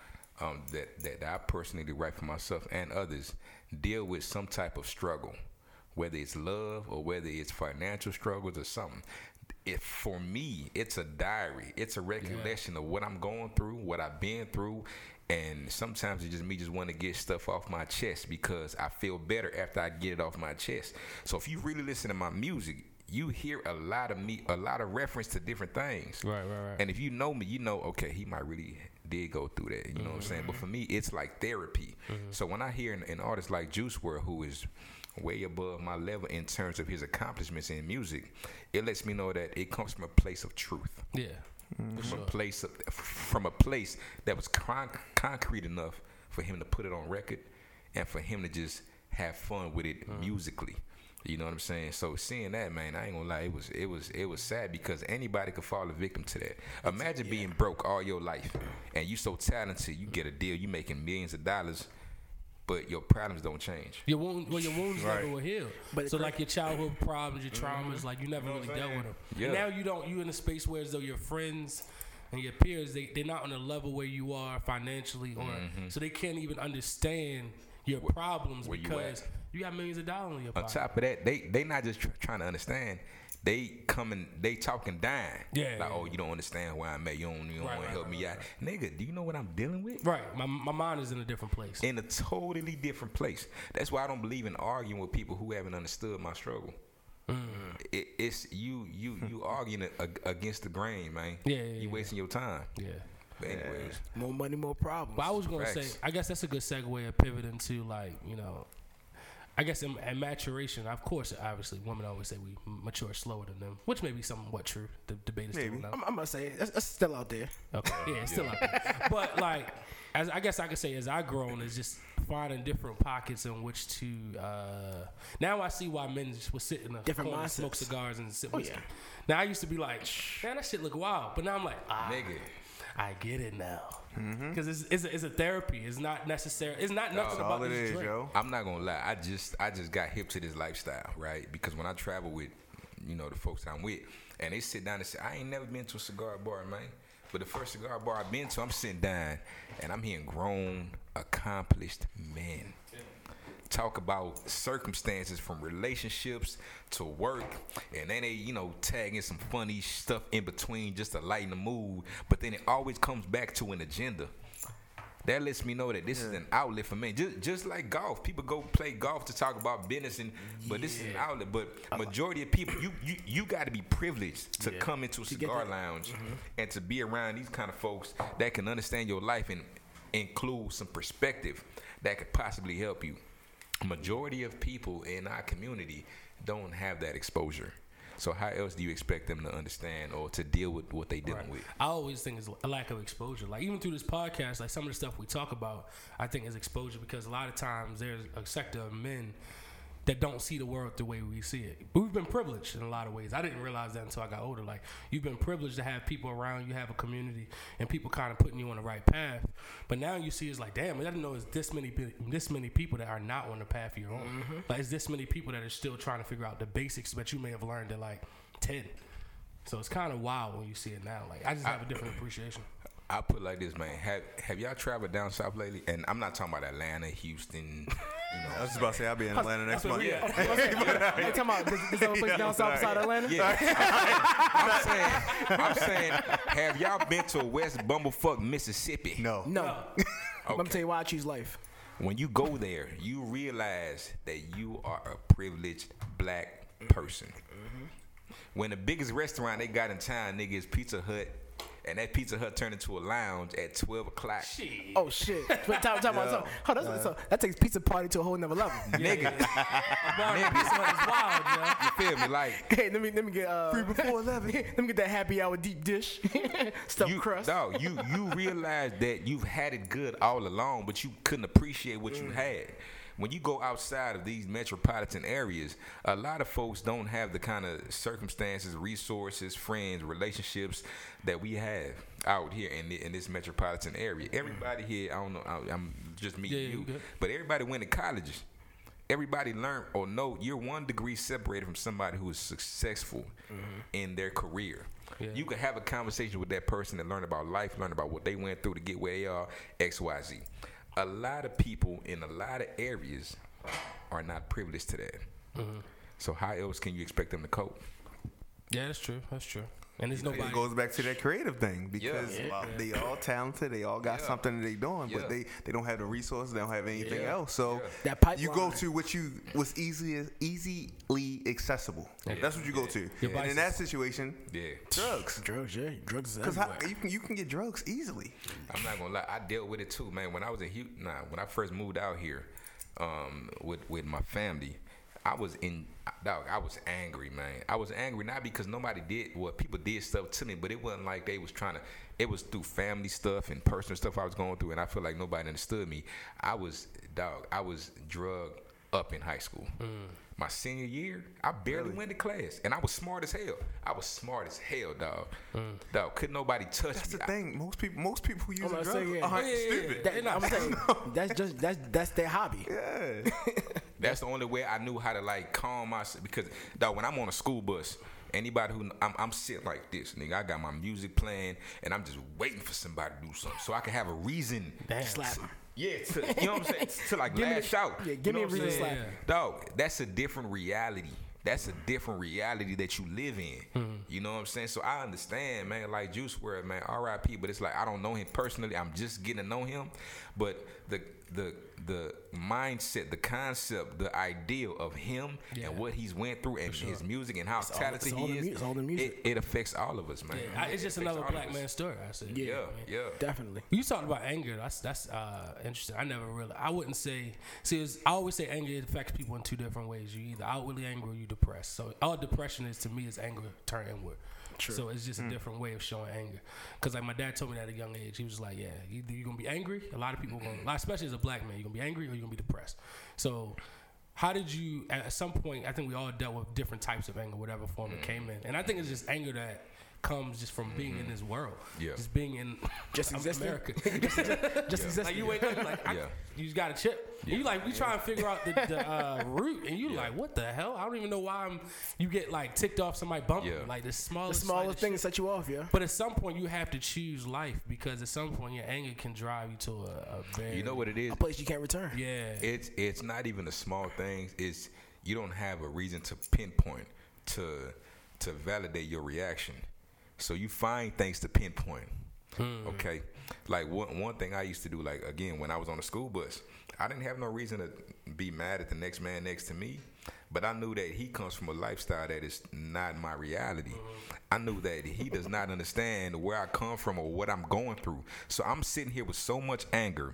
Speaker 5: um, that that I personally write for myself and others deal with some type of struggle, whether it's love or whether it's financial struggles or something. If for me, it's a diary. It's a recollection of what I'm going through, what I've been through, and sometimes it's just me just want to get stuff off my chest because I feel better after I get it off my chest. So if you really listen to my music, you hear a lot of me, a lot of reference to different things.
Speaker 2: Right, right, right.
Speaker 5: And if you know me, you know, okay, he might really did go through that. You know what I'm saying?
Speaker 2: Mm-hmm.
Speaker 5: But for me, it's like therapy. So when I hear an, an artist like Juice WRLD, who is way above my level in terms of his accomplishments in music, it lets me know that it comes from a place of truth
Speaker 2: yeah.
Speaker 5: from a place of, from a place that was con- concrete enough for him to put it on record and for him to just have fun with it musically You know what I'm saying? So seeing that, man, I ain't gonna lie, it was it was it was sad because anybody could fall a victim to that. Imagine being broke all your life and you so talented, you get a deal, you making millions of dollars, but your problems don't change.
Speaker 2: Your wound, well, your wounds
Speaker 5: Right. Mm-hmm.
Speaker 2: never were healed.
Speaker 4: But
Speaker 2: so
Speaker 4: the cra-
Speaker 2: like your childhood problems, your traumas, like you never really dealt with them.
Speaker 5: Yeah.
Speaker 2: Now you don't. You in a space where as though your friends and your peers, they they're not on the level where you are financially, or so they can't even understand your problems
Speaker 5: Mm-hmm. where you at.
Speaker 2: because you, got millions of dollars in your
Speaker 5: On
Speaker 2: pocket.
Speaker 5: top of that, they they not just tr- trying to understand. They coming, they talking dying.
Speaker 2: Yeah,
Speaker 5: Like,
Speaker 2: yeah.
Speaker 5: oh, you don't understand why I'm at. You don't, you don't
Speaker 2: Right,
Speaker 5: want
Speaker 2: right,
Speaker 5: to help
Speaker 2: right,
Speaker 5: me out. Nigga, do you know what I'm dealing with?
Speaker 2: Right. My my mind is in a different place.
Speaker 5: in a totally different place. That's why I don't believe in arguing with people who haven't understood my struggle.
Speaker 2: Mm-hmm.
Speaker 5: It, it's you, you,
Speaker 2: (laughs)
Speaker 5: you arguing ag- against the grain, man.
Speaker 2: Yeah, yeah, yeah.
Speaker 5: you wasting your time.
Speaker 2: yeah.
Speaker 5: But anyways,
Speaker 4: More money, more problems.
Speaker 2: But I was gonna
Speaker 5: Facts.
Speaker 2: say, I guess that's a good segue of pivoting to like you know, I guess in, at maturation, of course, obviously, women always say we mature slower than them, which may be somewhat true. The debate is
Speaker 6: Maybe.
Speaker 2: still
Speaker 4: I'm,
Speaker 2: out.
Speaker 4: I'm gonna say it. that's, that's still out there.
Speaker 2: Okay, (laughs) yeah, it's still out there. But like, as I guess I could say, as I grown, is just finding different pockets in which to. Uh, now I see why men just would sit in a
Speaker 4: Different
Speaker 2: corner, and smoke
Speaker 4: mindsets.
Speaker 2: cigars, and sip
Speaker 4: Oh,
Speaker 2: whiskey.
Speaker 4: yeah.
Speaker 2: Now I used to be like, man, that shit look wild, but now I'm like, ah,
Speaker 5: nigga,
Speaker 2: I get it now. Because it's, it's, a, it's a therapy. It's not necessary. It's not nothing
Speaker 6: Mm-hmm. That's all
Speaker 2: about
Speaker 6: it
Speaker 2: this
Speaker 6: is,
Speaker 2: drink.
Speaker 6: yo.
Speaker 5: I'm not gonna lie. I just, I just got hip to this lifestyle, right? Because when I travel with, you know, the folks that I'm with, and they sit down and say, I ain't never been to a cigar bar, man. But the first cigar bar I've been to, I'm sitting down, and I'm hearing grown, accomplished men. talk about circumstances from relationships to work, and then they, you know, tag in some funny stuff in between just to lighten the mood. But then it always comes back to an agenda. That lets me know that this is an outlet for me. Just, just like golf, people go play golf to talk about business, and but this is an outlet. But majority of people, you you, you got to be privileged to come into a
Speaker 4: get
Speaker 5: cigar
Speaker 4: that-
Speaker 5: lounge and to be around these kind of folks that can understand your life and include some perspective that could possibly help you. Majority of people in our community don't have that exposure. So how else do you expect them to understand or to deal with what they dealing with?
Speaker 2: I always think it's a lack of exposure. Like even through this podcast, like some of the stuff we talk about, I think is exposure because a lot of times there's a sector of men that don't see the world the way we see it. But we've been privileged in a lot of ways. I didn't realize that until I got older. Like you've been privileged to have people around you, have a community, and people kind of putting you on the right path. But now you see, it's like, damn, I didn't know it's this many, pe- this many people that are not on the path you're on. Like it's this many people that are still trying to figure out the basics that you may have learned at like ten. So it's kind of wild when you see it now. Like I just have a different appreciation.
Speaker 5: I put it like this, man. Have have y'all traveled down south lately? And I'm not talking about Atlanta, Houston, you know.
Speaker 6: (laughs) I was just about to say I'll be in Atlanta next month.
Speaker 2: yeah.
Speaker 4: You talking about this, this other place
Speaker 6: Yeah,
Speaker 4: down south
Speaker 6: sorry.
Speaker 4: beside Atlanta?
Speaker 5: I'm saying, I'm saying, have y'all been to West Bumblefuck, Mississippi?
Speaker 6: No.
Speaker 4: (laughs) No. (laughs) I'm gonna
Speaker 5: Okay.
Speaker 4: tell you why I choose life.
Speaker 5: When you go there, you realize that you are a privileged black person. When the biggest restaurant they got in town, nigga, is Pizza Hut, and that Pizza Hut turned into a lounge at 12 o'clock.
Speaker 4: Oh shit! But talk, talk about something. Oh, that's, so that takes pizza party to a whole nother level.
Speaker 2: (laughs)
Speaker 4: (laughs)
Speaker 5: Nigga,
Speaker 2: it's wild, yo.
Speaker 5: you feel me? Like,
Speaker 4: hey, let me let me get uh,
Speaker 6: Free before 11.
Speaker 4: (laughs) let me get that happy hour deep dish (laughs) stuffed
Speaker 5: you,
Speaker 4: crust.
Speaker 5: No, you you realize that you've had it good all along, but you couldn't appreciate what you had. When you go outside of these metropolitan areas, a lot of folks don't have the kind of circumstances, resources, friends, relationships that we have out here in the, in this metropolitan area. Everybody here, I don't know, I, I'm just me,
Speaker 2: Yeah,
Speaker 5: and
Speaker 2: yeah,
Speaker 5: you,
Speaker 2: you good.
Speaker 5: but everybody went to colleges. Everybody learned or know you're one degree separated from somebody who is successful in their career. You could have a conversation with that person and learn about life, learn about what they went through to get where they are, X, Y, Z. A lot of people in a lot of areas are not privileged to that. So how else can you expect them to cope?
Speaker 2: Yeah, that's true. That's true. And there's
Speaker 6: It
Speaker 2: nobody.
Speaker 6: goes back to that creative thing because
Speaker 5: Yeah.
Speaker 6: uh, they all talented, they all got
Speaker 5: Yeah.
Speaker 6: something that they doing,
Speaker 5: Yeah.
Speaker 6: but they, they don't have the resources, they don't have anything
Speaker 5: Yeah.
Speaker 6: else. So
Speaker 4: That
Speaker 6: you go
Speaker 4: pipeline.
Speaker 6: to what you was easy easily accessible. That's what you go to.
Speaker 2: Your
Speaker 6: And
Speaker 2: biceps.
Speaker 6: in that situation,
Speaker 5: Yeah.
Speaker 6: drugs.
Speaker 4: drugs, yeah, drugs.
Speaker 6: Because
Speaker 4: Is
Speaker 6: you can you can get drugs easily.
Speaker 5: I'm not gonna lie, I dealt with it too, man. When I was in Houston, nah, when I first moved out here, um, with with my family, I was in dog. I was angry, man. I was angry not because nobody did well, people did stuff to me, but it wasn't like they was trying to. It was through family stuff and personal stuff I was going through, and I feel like nobody understood me. I was dog. I was drug up in high school. My senior year, I barely went to class, and I was smart as hell. I was smart as hell, dog. Dog, couldn't nobody touch
Speaker 6: That's
Speaker 5: me.
Speaker 6: the
Speaker 5: I-
Speaker 6: thing. Most people, most people who use
Speaker 4: gonna
Speaker 6: drugs
Speaker 4: say, yeah.
Speaker 6: are
Speaker 5: Yeah, yeah,
Speaker 6: stupid.
Speaker 5: yeah.
Speaker 4: That, I'm
Speaker 6: (laughs)
Speaker 4: saying that's just that's that's their hobby.
Speaker 6: Yeah.
Speaker 5: That's the only way I knew how to like calm myself because dog, when I'm on a school bus, anybody who I'm, I'm sitting like this, nigga, I got my music playing and I'm just waiting for somebody to do something so I can have a reason.
Speaker 4: Slap.
Speaker 5: Yeah, to, you know what I'm saying? To like
Speaker 4: Give me the-
Speaker 5: lash out.
Speaker 4: yeah, give
Speaker 5: you
Speaker 4: me
Speaker 5: know
Speaker 4: a
Speaker 5: what I'm
Speaker 4: reason
Speaker 5: saying?
Speaker 2: slap.
Speaker 5: Dog, that's a different reality. That's a different reality that you live in.
Speaker 4: Mm-hmm.
Speaker 5: You know what I'm saying? So I understand, man. Like Juice World, man. R.I.P. But it's like I don't know him personally. I'm just getting to know him. But the the the mindset, the concept, the ideal of him
Speaker 2: Yeah.
Speaker 5: and what he's went through and his music and how
Speaker 4: all-
Speaker 5: talented
Speaker 4: it's all
Speaker 5: he
Speaker 4: the
Speaker 5: is.
Speaker 4: mu- it's all the music.
Speaker 5: It, it affects all of us, man.
Speaker 2: Yeah, I- it's just
Speaker 5: It affects
Speaker 2: another
Speaker 5: all of
Speaker 2: black
Speaker 5: us.
Speaker 2: man story. I said.
Speaker 5: Yeah, yeah.
Speaker 4: Definitely.
Speaker 2: You talked about anger. That's that's uh, interesting. I never really. I wouldn't say. See, it's, I always say anger affects people in two different ways. You either outwardly angry or you depressed. So all depression is to me is anger turned inward. True. So it's just a different way of showing anger. Cause like my dad told me that at a young age, he was like, "Yeah, either you're gonna be angry. A lot of people, gonna, like, especially as a black man, you're gonna be angry or you're gonna be depressed." So how did you at at some point i think we all dealt with different types of anger whatever form it came in and i think it's just anger that comes just from being in this world
Speaker 5: Yeah.
Speaker 2: just being in
Speaker 4: Just existing?
Speaker 2: america
Speaker 4: (laughs) Just existing.
Speaker 2: like you wake up like I,
Speaker 5: Yeah.
Speaker 2: you just got a chip and you like we try and figure
Speaker 4: (laughs)
Speaker 2: out the, the uh, root and you like what the hell i don't even know why i'm you get like ticked off somebody bumping you,
Speaker 5: Yeah.
Speaker 2: like the
Speaker 4: the
Speaker 2: smallest
Speaker 4: smallest
Speaker 2: slightest
Speaker 4: thing
Speaker 2: shit.
Speaker 4: set you off, yeah.
Speaker 2: but at some point you have to choose life because at some point your anger can drive you to a, a very
Speaker 5: You know what it is?
Speaker 4: A place you can't return.
Speaker 2: yeah
Speaker 5: It's it's not even the small things. It's you don't have a reason to pinpoint to to validate your reaction. So you find things to pinpoint. Okay, like one one thing I used to do, like again when I was on the school bus, I didn't have no reason to be mad at the next man next to me, but I knew that he comes from a lifestyle that is not my reality. I knew that he does not understand where I come from or what I'm going through. So I'm sitting here with so much anger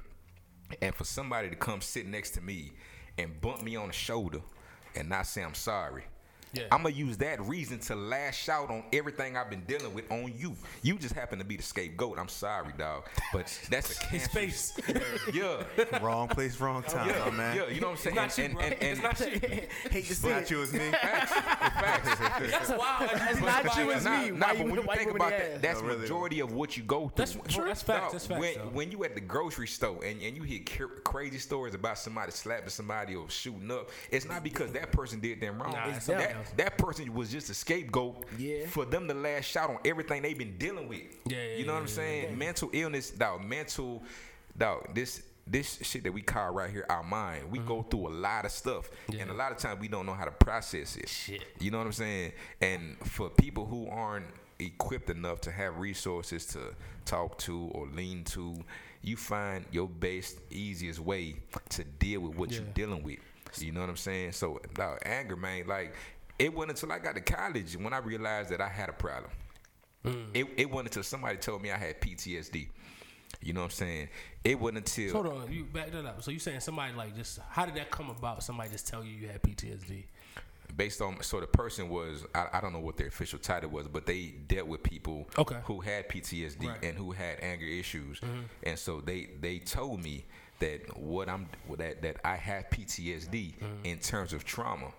Speaker 5: and for somebody to come sit next to me and bump me on the shoulder and not say I'm sorry.
Speaker 2: Yeah.
Speaker 5: I'm gonna use that reason to lash out on everything I've been dealing with on you. You just happen to be the scapegoat. I'm sorry, dog, but that's a
Speaker 2: his
Speaker 5: cancer. (laughs)
Speaker 2: face
Speaker 5: Yeah,
Speaker 4: (laughs)
Speaker 6: wrong place, wrong time,
Speaker 5: yeah,
Speaker 6: man.
Speaker 5: yeah. You know what I'm saying?
Speaker 2: not you,
Speaker 5: and,
Speaker 2: bro.
Speaker 5: and, and,
Speaker 2: It's not you.
Speaker 4: (laughs) Hate to see
Speaker 6: Not
Speaker 4: it.
Speaker 6: you,
Speaker 5: (laughs)
Speaker 6: it's me.
Speaker 5: facts, (laughs) facts.
Speaker 2: That's wild. That's
Speaker 4: not
Speaker 2: wild.
Speaker 4: you, it's
Speaker 5: Nah,
Speaker 4: me.
Speaker 5: nah,
Speaker 4: Why
Speaker 5: but
Speaker 4: you-
Speaker 5: when you
Speaker 4: why you
Speaker 5: think
Speaker 4: whipping
Speaker 5: about
Speaker 4: their
Speaker 5: that,
Speaker 4: ass?
Speaker 5: that's
Speaker 6: No, really.
Speaker 5: majority of what you go through.
Speaker 2: That's
Speaker 5: When-
Speaker 2: true. That's facts, that's facts,
Speaker 5: When,
Speaker 2: though.
Speaker 5: when you at the grocery store and, and you hear cr- crazy stories about somebody slapping somebody or shooting up, it's not because that person did them wrong.
Speaker 2: Nah,
Speaker 5: It's
Speaker 2: it's something
Speaker 5: that,
Speaker 2: else.
Speaker 5: that person was just a scapegoat
Speaker 4: Yeah.
Speaker 5: for them to lash out on everything they've been dealing with.
Speaker 2: Yeah, yeah,
Speaker 5: you
Speaker 2: yeah,
Speaker 5: know what I'm saying? Mental illness, dog. Mental, dog. This. This shit that we call right here our mind,
Speaker 2: Mm-hmm.
Speaker 5: we go through a lot of stuff, and a lot of times we don't know how to process it.
Speaker 2: Shit.
Speaker 5: You know what I'm saying? And for people who aren't equipped enough to have resources to talk to or lean to, you find your best, easiest way to deal with what
Speaker 2: Yeah.
Speaker 5: you're dealing with. You know what I'm saying? So, dog, anger, man, like, it wasn't until I got to college when I realized that I had a problem. It, it wasn't until somebody told me I had PTSD. You know what I'm saying? It wasn't until.
Speaker 2: Hold on, you back that up. So you saying somebody like just how did that come about? Somebody just tell you you had PTSD.
Speaker 5: based on so the person was I, I don't know what their official title was but they dealt with people
Speaker 2: Okay.
Speaker 5: who had ptsd
Speaker 2: Right. Mm-hmm.
Speaker 5: and who had anger issues and so they they told me that what i'm that that i have ptsd
Speaker 2: Mm-hmm.
Speaker 5: in terms of trauma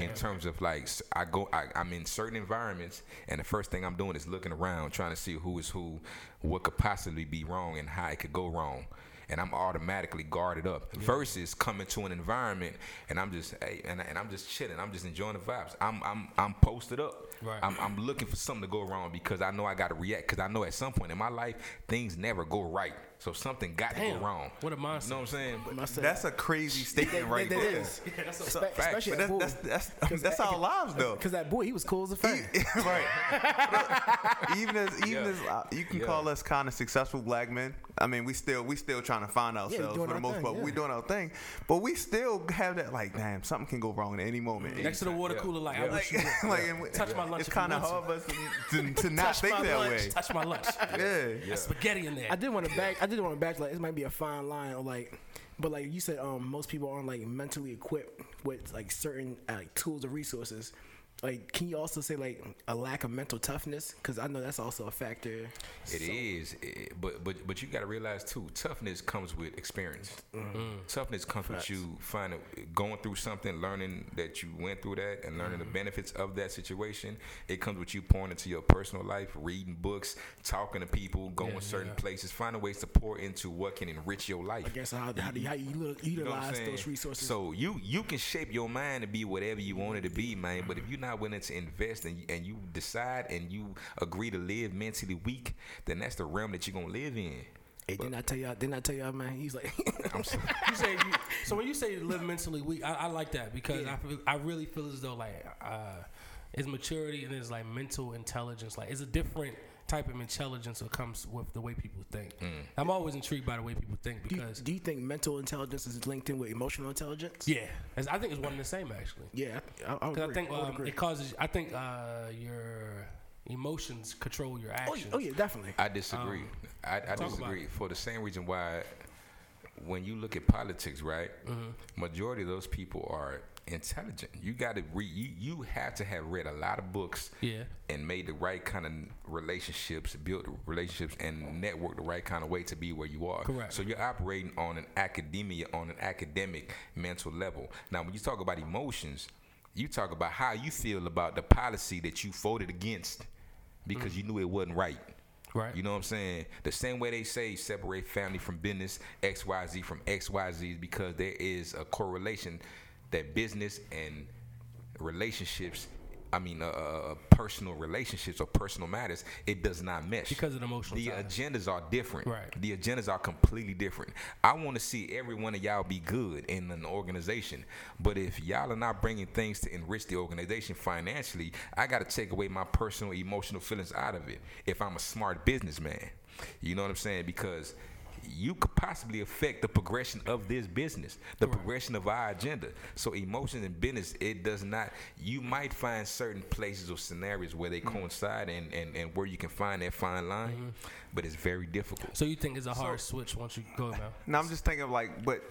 Speaker 5: in terms of like s- i go I, i'm in certain environments and the first thing i'm doing is looking around trying to see who is who what could possibly be wrong and how it could go wrong and I'm automatically guarded up. Versus coming to an environment and I'm just hey, and, and I'm just chilling. I'm just enjoying the vibes. I'm I'm I'm posted up.
Speaker 2: Right.
Speaker 5: I'm, I'm looking for something to go wrong because I know I got to react because I know at some point in my life things never go right. So something got to
Speaker 2: Damn.
Speaker 5: go wrong.
Speaker 2: What a mindset.
Speaker 5: You know what I'm saying? But-
Speaker 4: Myself.
Speaker 6: That's a crazy statement right
Speaker 4: that, that
Speaker 6: there.
Speaker 5: (laughs)
Speaker 4: is. Espe-
Speaker 5: Facts.
Speaker 4: Especially
Speaker 6: But
Speaker 4: that
Speaker 6: that's
Speaker 4: boy.
Speaker 6: that's that's, that's our lives though.
Speaker 4: Because that boy, he was cool as a fan.
Speaker 6: (laughs) right.
Speaker 4: (laughs)
Speaker 6: even as even
Speaker 5: Yeah.
Speaker 6: as uh, you can
Speaker 5: Yeah.
Speaker 6: call us kind of successful black men. I mean, we still we still trying to find ourselves
Speaker 4: doing
Speaker 6: for the
Speaker 4: our
Speaker 6: most
Speaker 4: thing,
Speaker 6: part.
Speaker 4: yeah.
Speaker 6: We're doing our thing, but we still have that like, damn, something can go wrong at any moment.
Speaker 2: Next to the water
Speaker 5: Yeah.
Speaker 2: cooler, like I
Speaker 5: Yeah.
Speaker 2: wish
Speaker 6: (laughs) like,
Speaker 2: you
Speaker 6: (laughs)
Speaker 2: would
Speaker 6: like and we-
Speaker 2: Touch my lunch
Speaker 6: It's
Speaker 2: if you
Speaker 6: kind of
Speaker 2: want to.
Speaker 6: hard for us
Speaker 2: (laughs)
Speaker 6: to, to, to not think
Speaker 4: my
Speaker 6: that
Speaker 4: lunch.
Speaker 6: way.
Speaker 2: touch my lunch.
Speaker 6: (laughs) Yeah.
Speaker 2: Got spaghetti in there.
Speaker 4: I did want to back. I did want to back. Like this might be a fine line, or like, but like you said, um, most people aren't like mentally equipped with like certain uh, like tools or resources. Like, can you also say like a lack of mental toughness? Because I know that's also a factor.
Speaker 5: It is, eh, but but but you got to realize too, toughness comes with experience. Toughness comes with you finding going through something, learning that you went through that, and learning the benefits of that situation. It comes with you pouring into your personal life, reading books, talking to people, going certain places, finding ways to pour into what can enrich your life.
Speaker 4: I guess how how, do you, how you lit-
Speaker 5: You know what I'm
Speaker 4: utilize those
Speaker 5: saying?
Speaker 4: resources?
Speaker 5: So you you can shape your mind to be whatever you want it to be, man. But if you're not willing to invest and and you decide and you agree to live mentally weak, then that's the realm that you're gonna live in.
Speaker 4: hey, didn't I tell y'all? Didn't I tell y'all, man? He's like, (laughs)
Speaker 5: I'm sorry.
Speaker 2: You say you, so when you say live mentally weak, I, I like that because I feel, I really feel as though like uh, it's maturity and it's like mental intelligence. Like it's a different type of intelligence that comes with the way people think.
Speaker 6: Mm.
Speaker 2: I'm always intrigued by the way people think
Speaker 4: do you, (laughs)
Speaker 2: because
Speaker 4: do you think mental intelligence is linked in with emotional intelligence?
Speaker 2: yeah, It's- I think it's one and the same actually.
Speaker 4: Yeah, I, I,
Speaker 2: Because I
Speaker 4: I, agree.
Speaker 2: think
Speaker 4: I would
Speaker 2: um,
Speaker 4: agree.
Speaker 2: it causes. I think uh, your emotions control your
Speaker 4: Oh, yeah,
Speaker 2: actions.
Speaker 4: oh yeah, definitely.
Speaker 5: I disagree. I, I
Speaker 2: Um, about
Speaker 5: disagree for the same reason why when you look at politics, right?
Speaker 2: Mm-hmm.
Speaker 5: Majority of those people are intelligent. You got to read. You, you have to have read a lot of books.
Speaker 2: Yeah.
Speaker 5: And made the right kind of relationships, built relationships, and network the right kind of way to be where you are.
Speaker 2: Correct.
Speaker 5: So you're operating on an academia, on an academic mental level. Now, when you talk about emotions, you talk about how you feel about the policy that you voted against because you knew it wasn't right.
Speaker 2: Mm. Right.
Speaker 5: You know what I'm saying? The same way they say separate family from business, XYZ from XYZ, because there is a correlation that business and relationships, I mean, uh, uh, personal relationships or personal matters, it does not mesh.
Speaker 2: Because of the emotional
Speaker 5: The
Speaker 2: ties.
Speaker 5: agendas are different.
Speaker 2: Right.
Speaker 5: The agendas are completely different. I want to see every one of y'all be good in an organization, but if y'all are not bringing things to enrich the organization financially, I got to take away my personal emotional feelings out of it. If I'm a smart businessman, you know what I'm saying? Because you could possibly affect the progression of this business, the progression of our agenda. So emotions in business, it does not. You might find certain places or scenarios where they coincide and, and, and where you can find that fine line, but it's very difficult.
Speaker 2: so you think it's a hard switch once you go now?
Speaker 6: No, I'm just thinking of like, but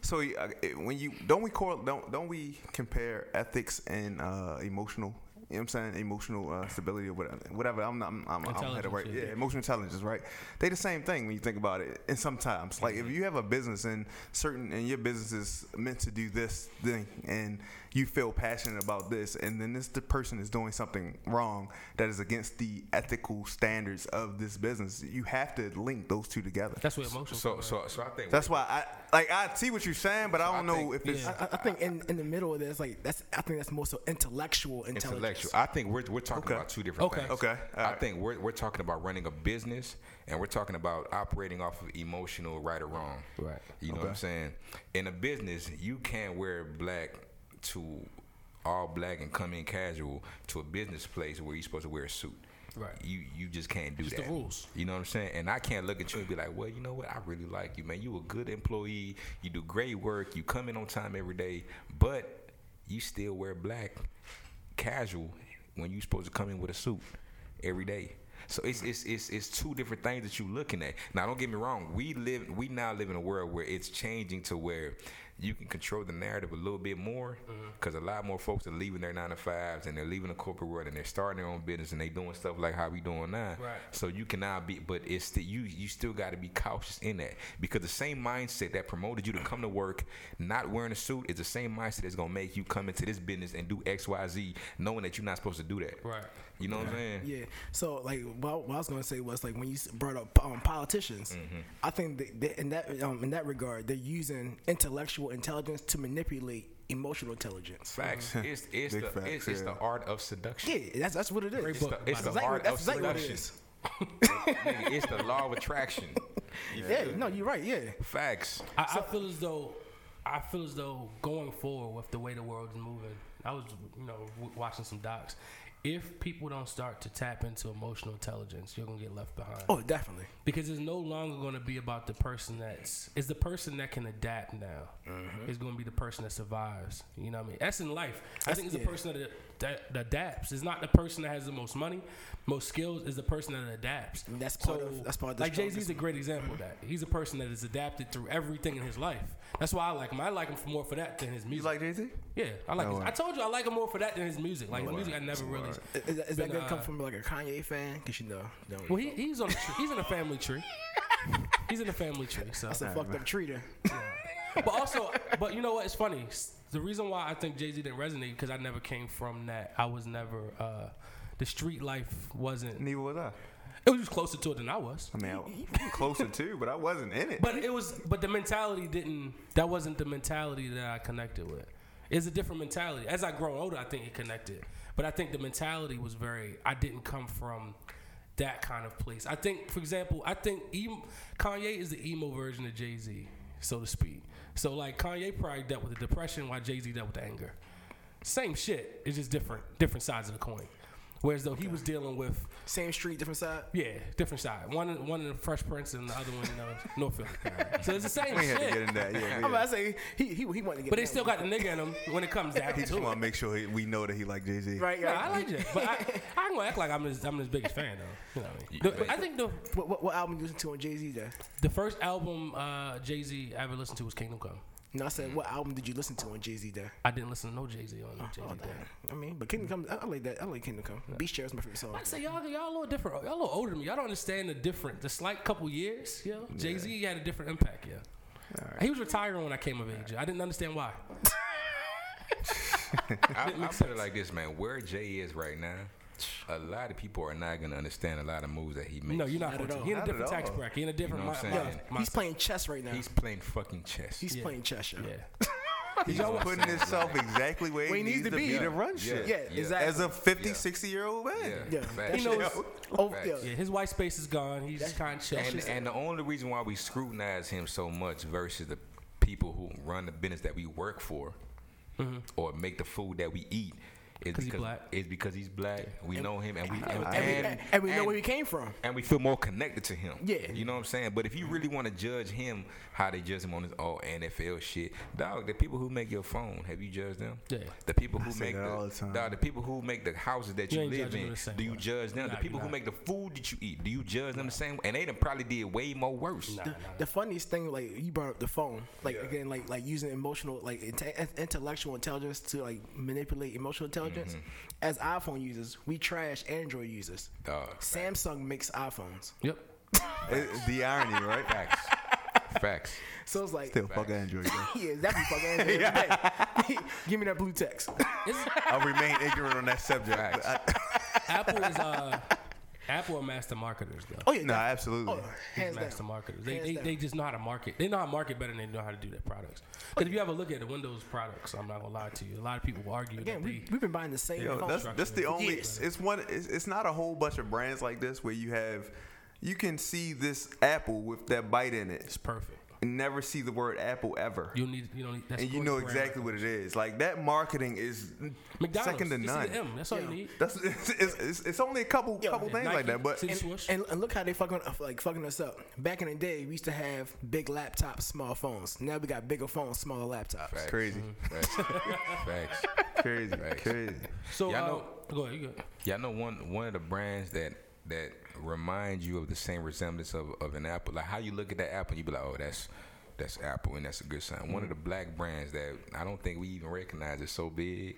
Speaker 6: so uh, it- when you don't we call don't don't we compare ethics and uh, emotional. You know what I'm saying emotional uh, stability or whatever. Whatever. I'm not. I'm, I'm, I'm headed
Speaker 2: Intelligence,
Speaker 6: right.
Speaker 2: yeah.
Speaker 6: Yeah, emotional intelligence, right? They the same thing when you think about it. And sometimes, like
Speaker 2: Mm-hmm.
Speaker 6: if you have a business and certain and your business is meant to do this thing, and you feel passionate about this, and then this the person is doing something wrong that is against the ethical standards of this business, you have to link those two together.
Speaker 2: That's what emotions.
Speaker 5: So so so I think
Speaker 6: That's why I like I see what you're saying, but I don't
Speaker 5: I
Speaker 6: know
Speaker 5: think-
Speaker 6: if it's.
Speaker 4: I, I think in, in the middle of this, like that's I think that's more so intellectual intelligence.
Speaker 5: intellectual. I think we're we're talking
Speaker 6: Okay.
Speaker 5: about two different
Speaker 2: Okay.
Speaker 5: things.
Speaker 6: Okay,
Speaker 5: I
Speaker 6: all right.
Speaker 5: think we're we're talking about running a business and we're talking about operating off of emotional right or wrong.
Speaker 2: Right.
Speaker 5: You know what I'm saying? In a business, you can't wear black to all black and come in casual to a business place where you're supposed to wear a suit.
Speaker 2: Right.
Speaker 5: You you just can't do
Speaker 2: Just the
Speaker 5: that.
Speaker 2: rules.
Speaker 5: You know what I'm saying? And I can't look at you and be like, well, you know what? I really like you, man. You a good employee. You do great work. You come in on time every day, but you still wear black casual when you supposed to come in with a suit every day. So it's it's it's it's two different things that you looking at. Now don't get me wrong, we live we now live in a world where it's changing to where you can control the narrative a little bit more because a lot more folks are leaving their nine to fives and they're leaving the corporate world and they're starting their own business and they doing stuff like how we doing now.
Speaker 2: Right.
Speaker 5: So you can now be, but it's the, you you still got to be cautious in that because the same mindset that promoted you to come to work not wearing a suit is the same mindset that's gonna make you come into this business and do X Y Z knowing that you're not supposed to do that.
Speaker 2: Right.
Speaker 5: You know what I'm saying?
Speaker 4: Yeah. So like, what, what I was gonna say was like when you s- brought up um, politicians,
Speaker 5: Mm-hmm.
Speaker 4: I think that, that in that um, in that regard, they're using intellectual intelligence to manipulate emotional intelligence.
Speaker 5: Facts.
Speaker 4: (laughs)
Speaker 5: It's it's the
Speaker 6: Big facts,
Speaker 5: it's, it's the
Speaker 6: yeah.
Speaker 5: art of seduction.
Speaker 4: Yeah, that's that's what it is.
Speaker 2: Great
Speaker 5: It's the,
Speaker 2: book.
Speaker 5: it's the
Speaker 4: That's exactly-
Speaker 5: art
Speaker 4: that's
Speaker 5: of
Speaker 4: exactly what it
Speaker 5: seduction. (laughs) Nigga, it's the law of attraction.
Speaker 4: (laughs) Yeah. No, you're right. Yeah.
Speaker 5: Facts.
Speaker 2: I, I feel as though I feel as though going forward with the way the world is moving. I was you know w- watching some docs. if people don't start to tap into emotional intelligence, you're gonna get left behind.
Speaker 4: Oh, definitely.
Speaker 2: Because it's no longer gonna be about the person that's it's the person that can adapt now.
Speaker 4: Mm-hmm.
Speaker 2: It's gonna be the person that survives. You know what I mean? That's in life. I think it's the
Speaker 4: yeah.
Speaker 2: person that, that, that adapts. It's not the person that has the most money, most skills. It's the person that adapts.
Speaker 4: And that's part of- that's part of the
Speaker 2: like Jay Z's
Speaker 4: strongest
Speaker 2: a great example of that. He's a person that has adapted through everything in his life. That's why I like him. I like him for more for that than his music.
Speaker 6: You like Jay Z?
Speaker 2: Yeah, I like.
Speaker 6: No
Speaker 2: his,
Speaker 6: way.
Speaker 2: I told you I like him more for that than his music. Like his music, I never really.
Speaker 4: Is, is that- is that
Speaker 2: Been,
Speaker 4: gonna come
Speaker 2: uh,
Speaker 4: from like a Kanye fan? Cause you know, don't.
Speaker 2: Well, he, he's on. A tree. He's in a family tree. He's in a family tree. So,
Speaker 4: that's a fucked up treater.
Speaker 2: but also, but you know what? It's funny. S- The reason why I think Jay Z didn't resonate because I never came from that. I was never. uh The street life wasn't.
Speaker 6: Neither was I.
Speaker 2: It was closer to it than I was.
Speaker 6: I mean, I, closer to, but I wasn't in it.
Speaker 2: But it was. But the mentality didn't. That wasn't the mentality that I connected with. It's a different mentality. As I grow older, I think it connected. But I think the mentality was very. I didn't come from that kind of place. I think, for example, I think em Kanye is the emo version of Jay Z, so to speak. So like Kanye probably dealt with the depression, while Jay Z dealt with the anger. Same shit. It's just different. Different sides of the coin. Whereas though he was dealing with
Speaker 4: Same street, different side.
Speaker 2: yeah, different side. One one in the Fresh Prince and the other one in uh,
Speaker 6: (laughs)
Speaker 2: Northfield. so it's the same
Speaker 6: we had to get
Speaker 2: shit.
Speaker 6: in that. Yeah,
Speaker 4: I'm
Speaker 6: we
Speaker 4: about to say
Speaker 6: had-
Speaker 4: he he, he wanted to get.
Speaker 2: But they
Speaker 4: that
Speaker 2: still
Speaker 4: one.
Speaker 2: got the nigga in them when it comes down
Speaker 6: he just
Speaker 2: to
Speaker 6: want
Speaker 2: it.
Speaker 6: to make sure he, we know that he like Jay Z.
Speaker 4: right.
Speaker 2: Yeah,
Speaker 4: right.
Speaker 2: I like Jay, but I, I'm gonna act like I'm his, I'm his biggest fan though. You know what I mean? The-
Speaker 5: but-
Speaker 2: I think the
Speaker 4: What, what, what album you listen to on Jay Z there?
Speaker 2: the first album uh, Jay Z ever listened to was Kingdom Come.
Speaker 4: No, I
Speaker 5: Mm.
Speaker 4: said what album did you listen to on Jay Z there?
Speaker 2: I didn't listen to no Jay Z on
Speaker 6: Oh,
Speaker 2: Jay
Speaker 5: Oh,
Speaker 2: Z. day.
Speaker 4: I mean, but Kingdom Come, I, I like that. I like Kingdom Come. Beast Chair is my favorite song.
Speaker 2: I say y'all, y'all a little different. Y'all a little older than me. Y'all don't understand the different. The slight couple years, yo. Jay Z had a different impact, yeah. He was retiring when I came of age. I didn't understand why.
Speaker 5: I, I put it like this, man. Where Jay is right now, a lot of people are not gonna understand a lot of moves that he makes.
Speaker 2: No, you're not.
Speaker 4: Not at
Speaker 2: fortunate.
Speaker 4: all.
Speaker 2: He in a
Speaker 6: Not at
Speaker 2: different tax
Speaker 6: all.
Speaker 2: bracket. He in a different.
Speaker 5: what
Speaker 2: mi-
Speaker 5: I'm
Speaker 2: mi-
Speaker 5: saying?
Speaker 2: mi-
Speaker 4: He's playing chess right now.
Speaker 5: He's
Speaker 4: He's,
Speaker 5: playing fucking chess.
Speaker 4: playing chess. yo.
Speaker 2: yeah.
Speaker 6: He's putting himself exactly where,
Speaker 4: Where
Speaker 6: he needs to be to run
Speaker 5: Yeah.
Speaker 6: shit.
Speaker 4: Yeah,
Speaker 5: Yeah.
Speaker 4: exactly.
Speaker 6: As a 50,
Speaker 5: Yeah.
Speaker 6: 60 year old man.
Speaker 4: Yeah,
Speaker 5: facts.
Speaker 2: He knows.
Speaker 4: Oh,
Speaker 5: Facts.
Speaker 4: yeah.
Speaker 2: Yeah, his white space is gone. He's just kind of chill.
Speaker 5: And, and the only reason why we scrutinize him so much versus the people who run the business that we work for or make the food that we eat is
Speaker 2: 'Cause
Speaker 5: because
Speaker 2: Mm-hmm. he black.
Speaker 5: is because he's black. We know him and we and,
Speaker 4: And, and, and we know
Speaker 5: and-
Speaker 4: where he came from.
Speaker 5: and we feel more connected to him.
Speaker 4: Yeah.
Speaker 5: You know what I'm saying? But if you really want to judge him, how they judge him on his oh, all NFL shit, dog, the people who make your phone, have you judged them?
Speaker 2: Yeah.
Speaker 5: The people who
Speaker 6: say
Speaker 5: make
Speaker 6: that
Speaker 5: the,
Speaker 6: all the time.
Speaker 5: dog, the people who make the houses that
Speaker 2: You
Speaker 5: you,
Speaker 2: ain't
Speaker 5: live
Speaker 2: judging them
Speaker 5: in,
Speaker 2: the same
Speaker 5: do you
Speaker 2: way.
Speaker 5: judge them?
Speaker 2: Nah,
Speaker 5: the people
Speaker 2: you
Speaker 5: who
Speaker 2: not.
Speaker 5: make the food that you eat, do you judge them the same way? And they done probably did way more worse.
Speaker 2: Nah.
Speaker 4: The, the funniest thing, like you brought up the phone, like again, like like using emotional, like inte- intellectual intelligence to like manipulate emotional intelligence.
Speaker 6: Mm-hmm.
Speaker 4: As iPhone users, we trash Android users.
Speaker 5: Dog.
Speaker 4: Samsung makes iPhones,
Speaker 2: yep.
Speaker 6: It- the
Speaker 5: (laughs)
Speaker 6: irony, right?
Speaker 2: (laughs)
Speaker 5: Facts. Facts.
Speaker 4: so it's like,
Speaker 6: Still, fuck Android.
Speaker 4: (laughs)
Speaker 6: though.
Speaker 4: yeah, that be fucking Android. every
Speaker 6: (laughs)
Speaker 4: day. Give me that blue text.
Speaker 6: I'll remain ignorant on that subject.
Speaker 5: Facts.
Speaker 6: I-
Speaker 2: Apple is uh, Apple are master marketers though.
Speaker 4: Oh yeah,
Speaker 6: no,
Speaker 4: that-
Speaker 6: absolutely.
Speaker 4: oh, hands down.
Speaker 2: Master marketers. They,
Speaker 4: Hands
Speaker 2: they,
Speaker 4: down.
Speaker 2: they just know how to market. They know how to market better than they know how to do their products. Because if you have a look at the Windows products, I'm not gonna lie to you. A lot of people will argue
Speaker 4: Again,
Speaker 2: that
Speaker 4: we
Speaker 2: they,
Speaker 4: we've been buying the same
Speaker 6: Yo,
Speaker 4: phone.
Speaker 6: that's that's the
Speaker 2: structure.
Speaker 6: only.
Speaker 4: Yes.
Speaker 6: It's one. It's, it's not a whole bunch of brands like this where you have, you can see this apple with that bite in it,
Speaker 2: it's perfect.
Speaker 6: and never see the word apple ever,
Speaker 2: You need you don't need. That's
Speaker 6: and you
Speaker 2: great
Speaker 6: know
Speaker 2: brand.
Speaker 6: exactly what it is. Like that marketing is
Speaker 2: McDonald's.
Speaker 6: second to
Speaker 2: you see the
Speaker 6: none.
Speaker 2: M, That's all
Speaker 4: Yeah.
Speaker 2: you need.
Speaker 6: That's (laughs) it's, it's, it's, it's only a couple
Speaker 4: Yo,
Speaker 6: couple things
Speaker 2: Nike,
Speaker 6: like that, but
Speaker 2: see the swoosh?
Speaker 4: And, and look how they fucking uh, like fucking us up. Back in the day, we used to have big laptops, small phones. Now we got bigger phones, smaller laptops.
Speaker 5: Facts.
Speaker 6: crazy,
Speaker 5: Facts. Facts.
Speaker 6: (laughs) crazy,
Speaker 5: Facts.
Speaker 6: crazy.
Speaker 2: so
Speaker 5: Y'all
Speaker 2: uh,
Speaker 5: know-
Speaker 2: go ahead. You go.
Speaker 5: Y'all know one one of the brands that that reminds you of the same resemblance of, of an apple. Like how you look at that apple, you be like, oh, that's that's Apple, and that's a good sign. One of the black brands that I don't think we even recognize is so big,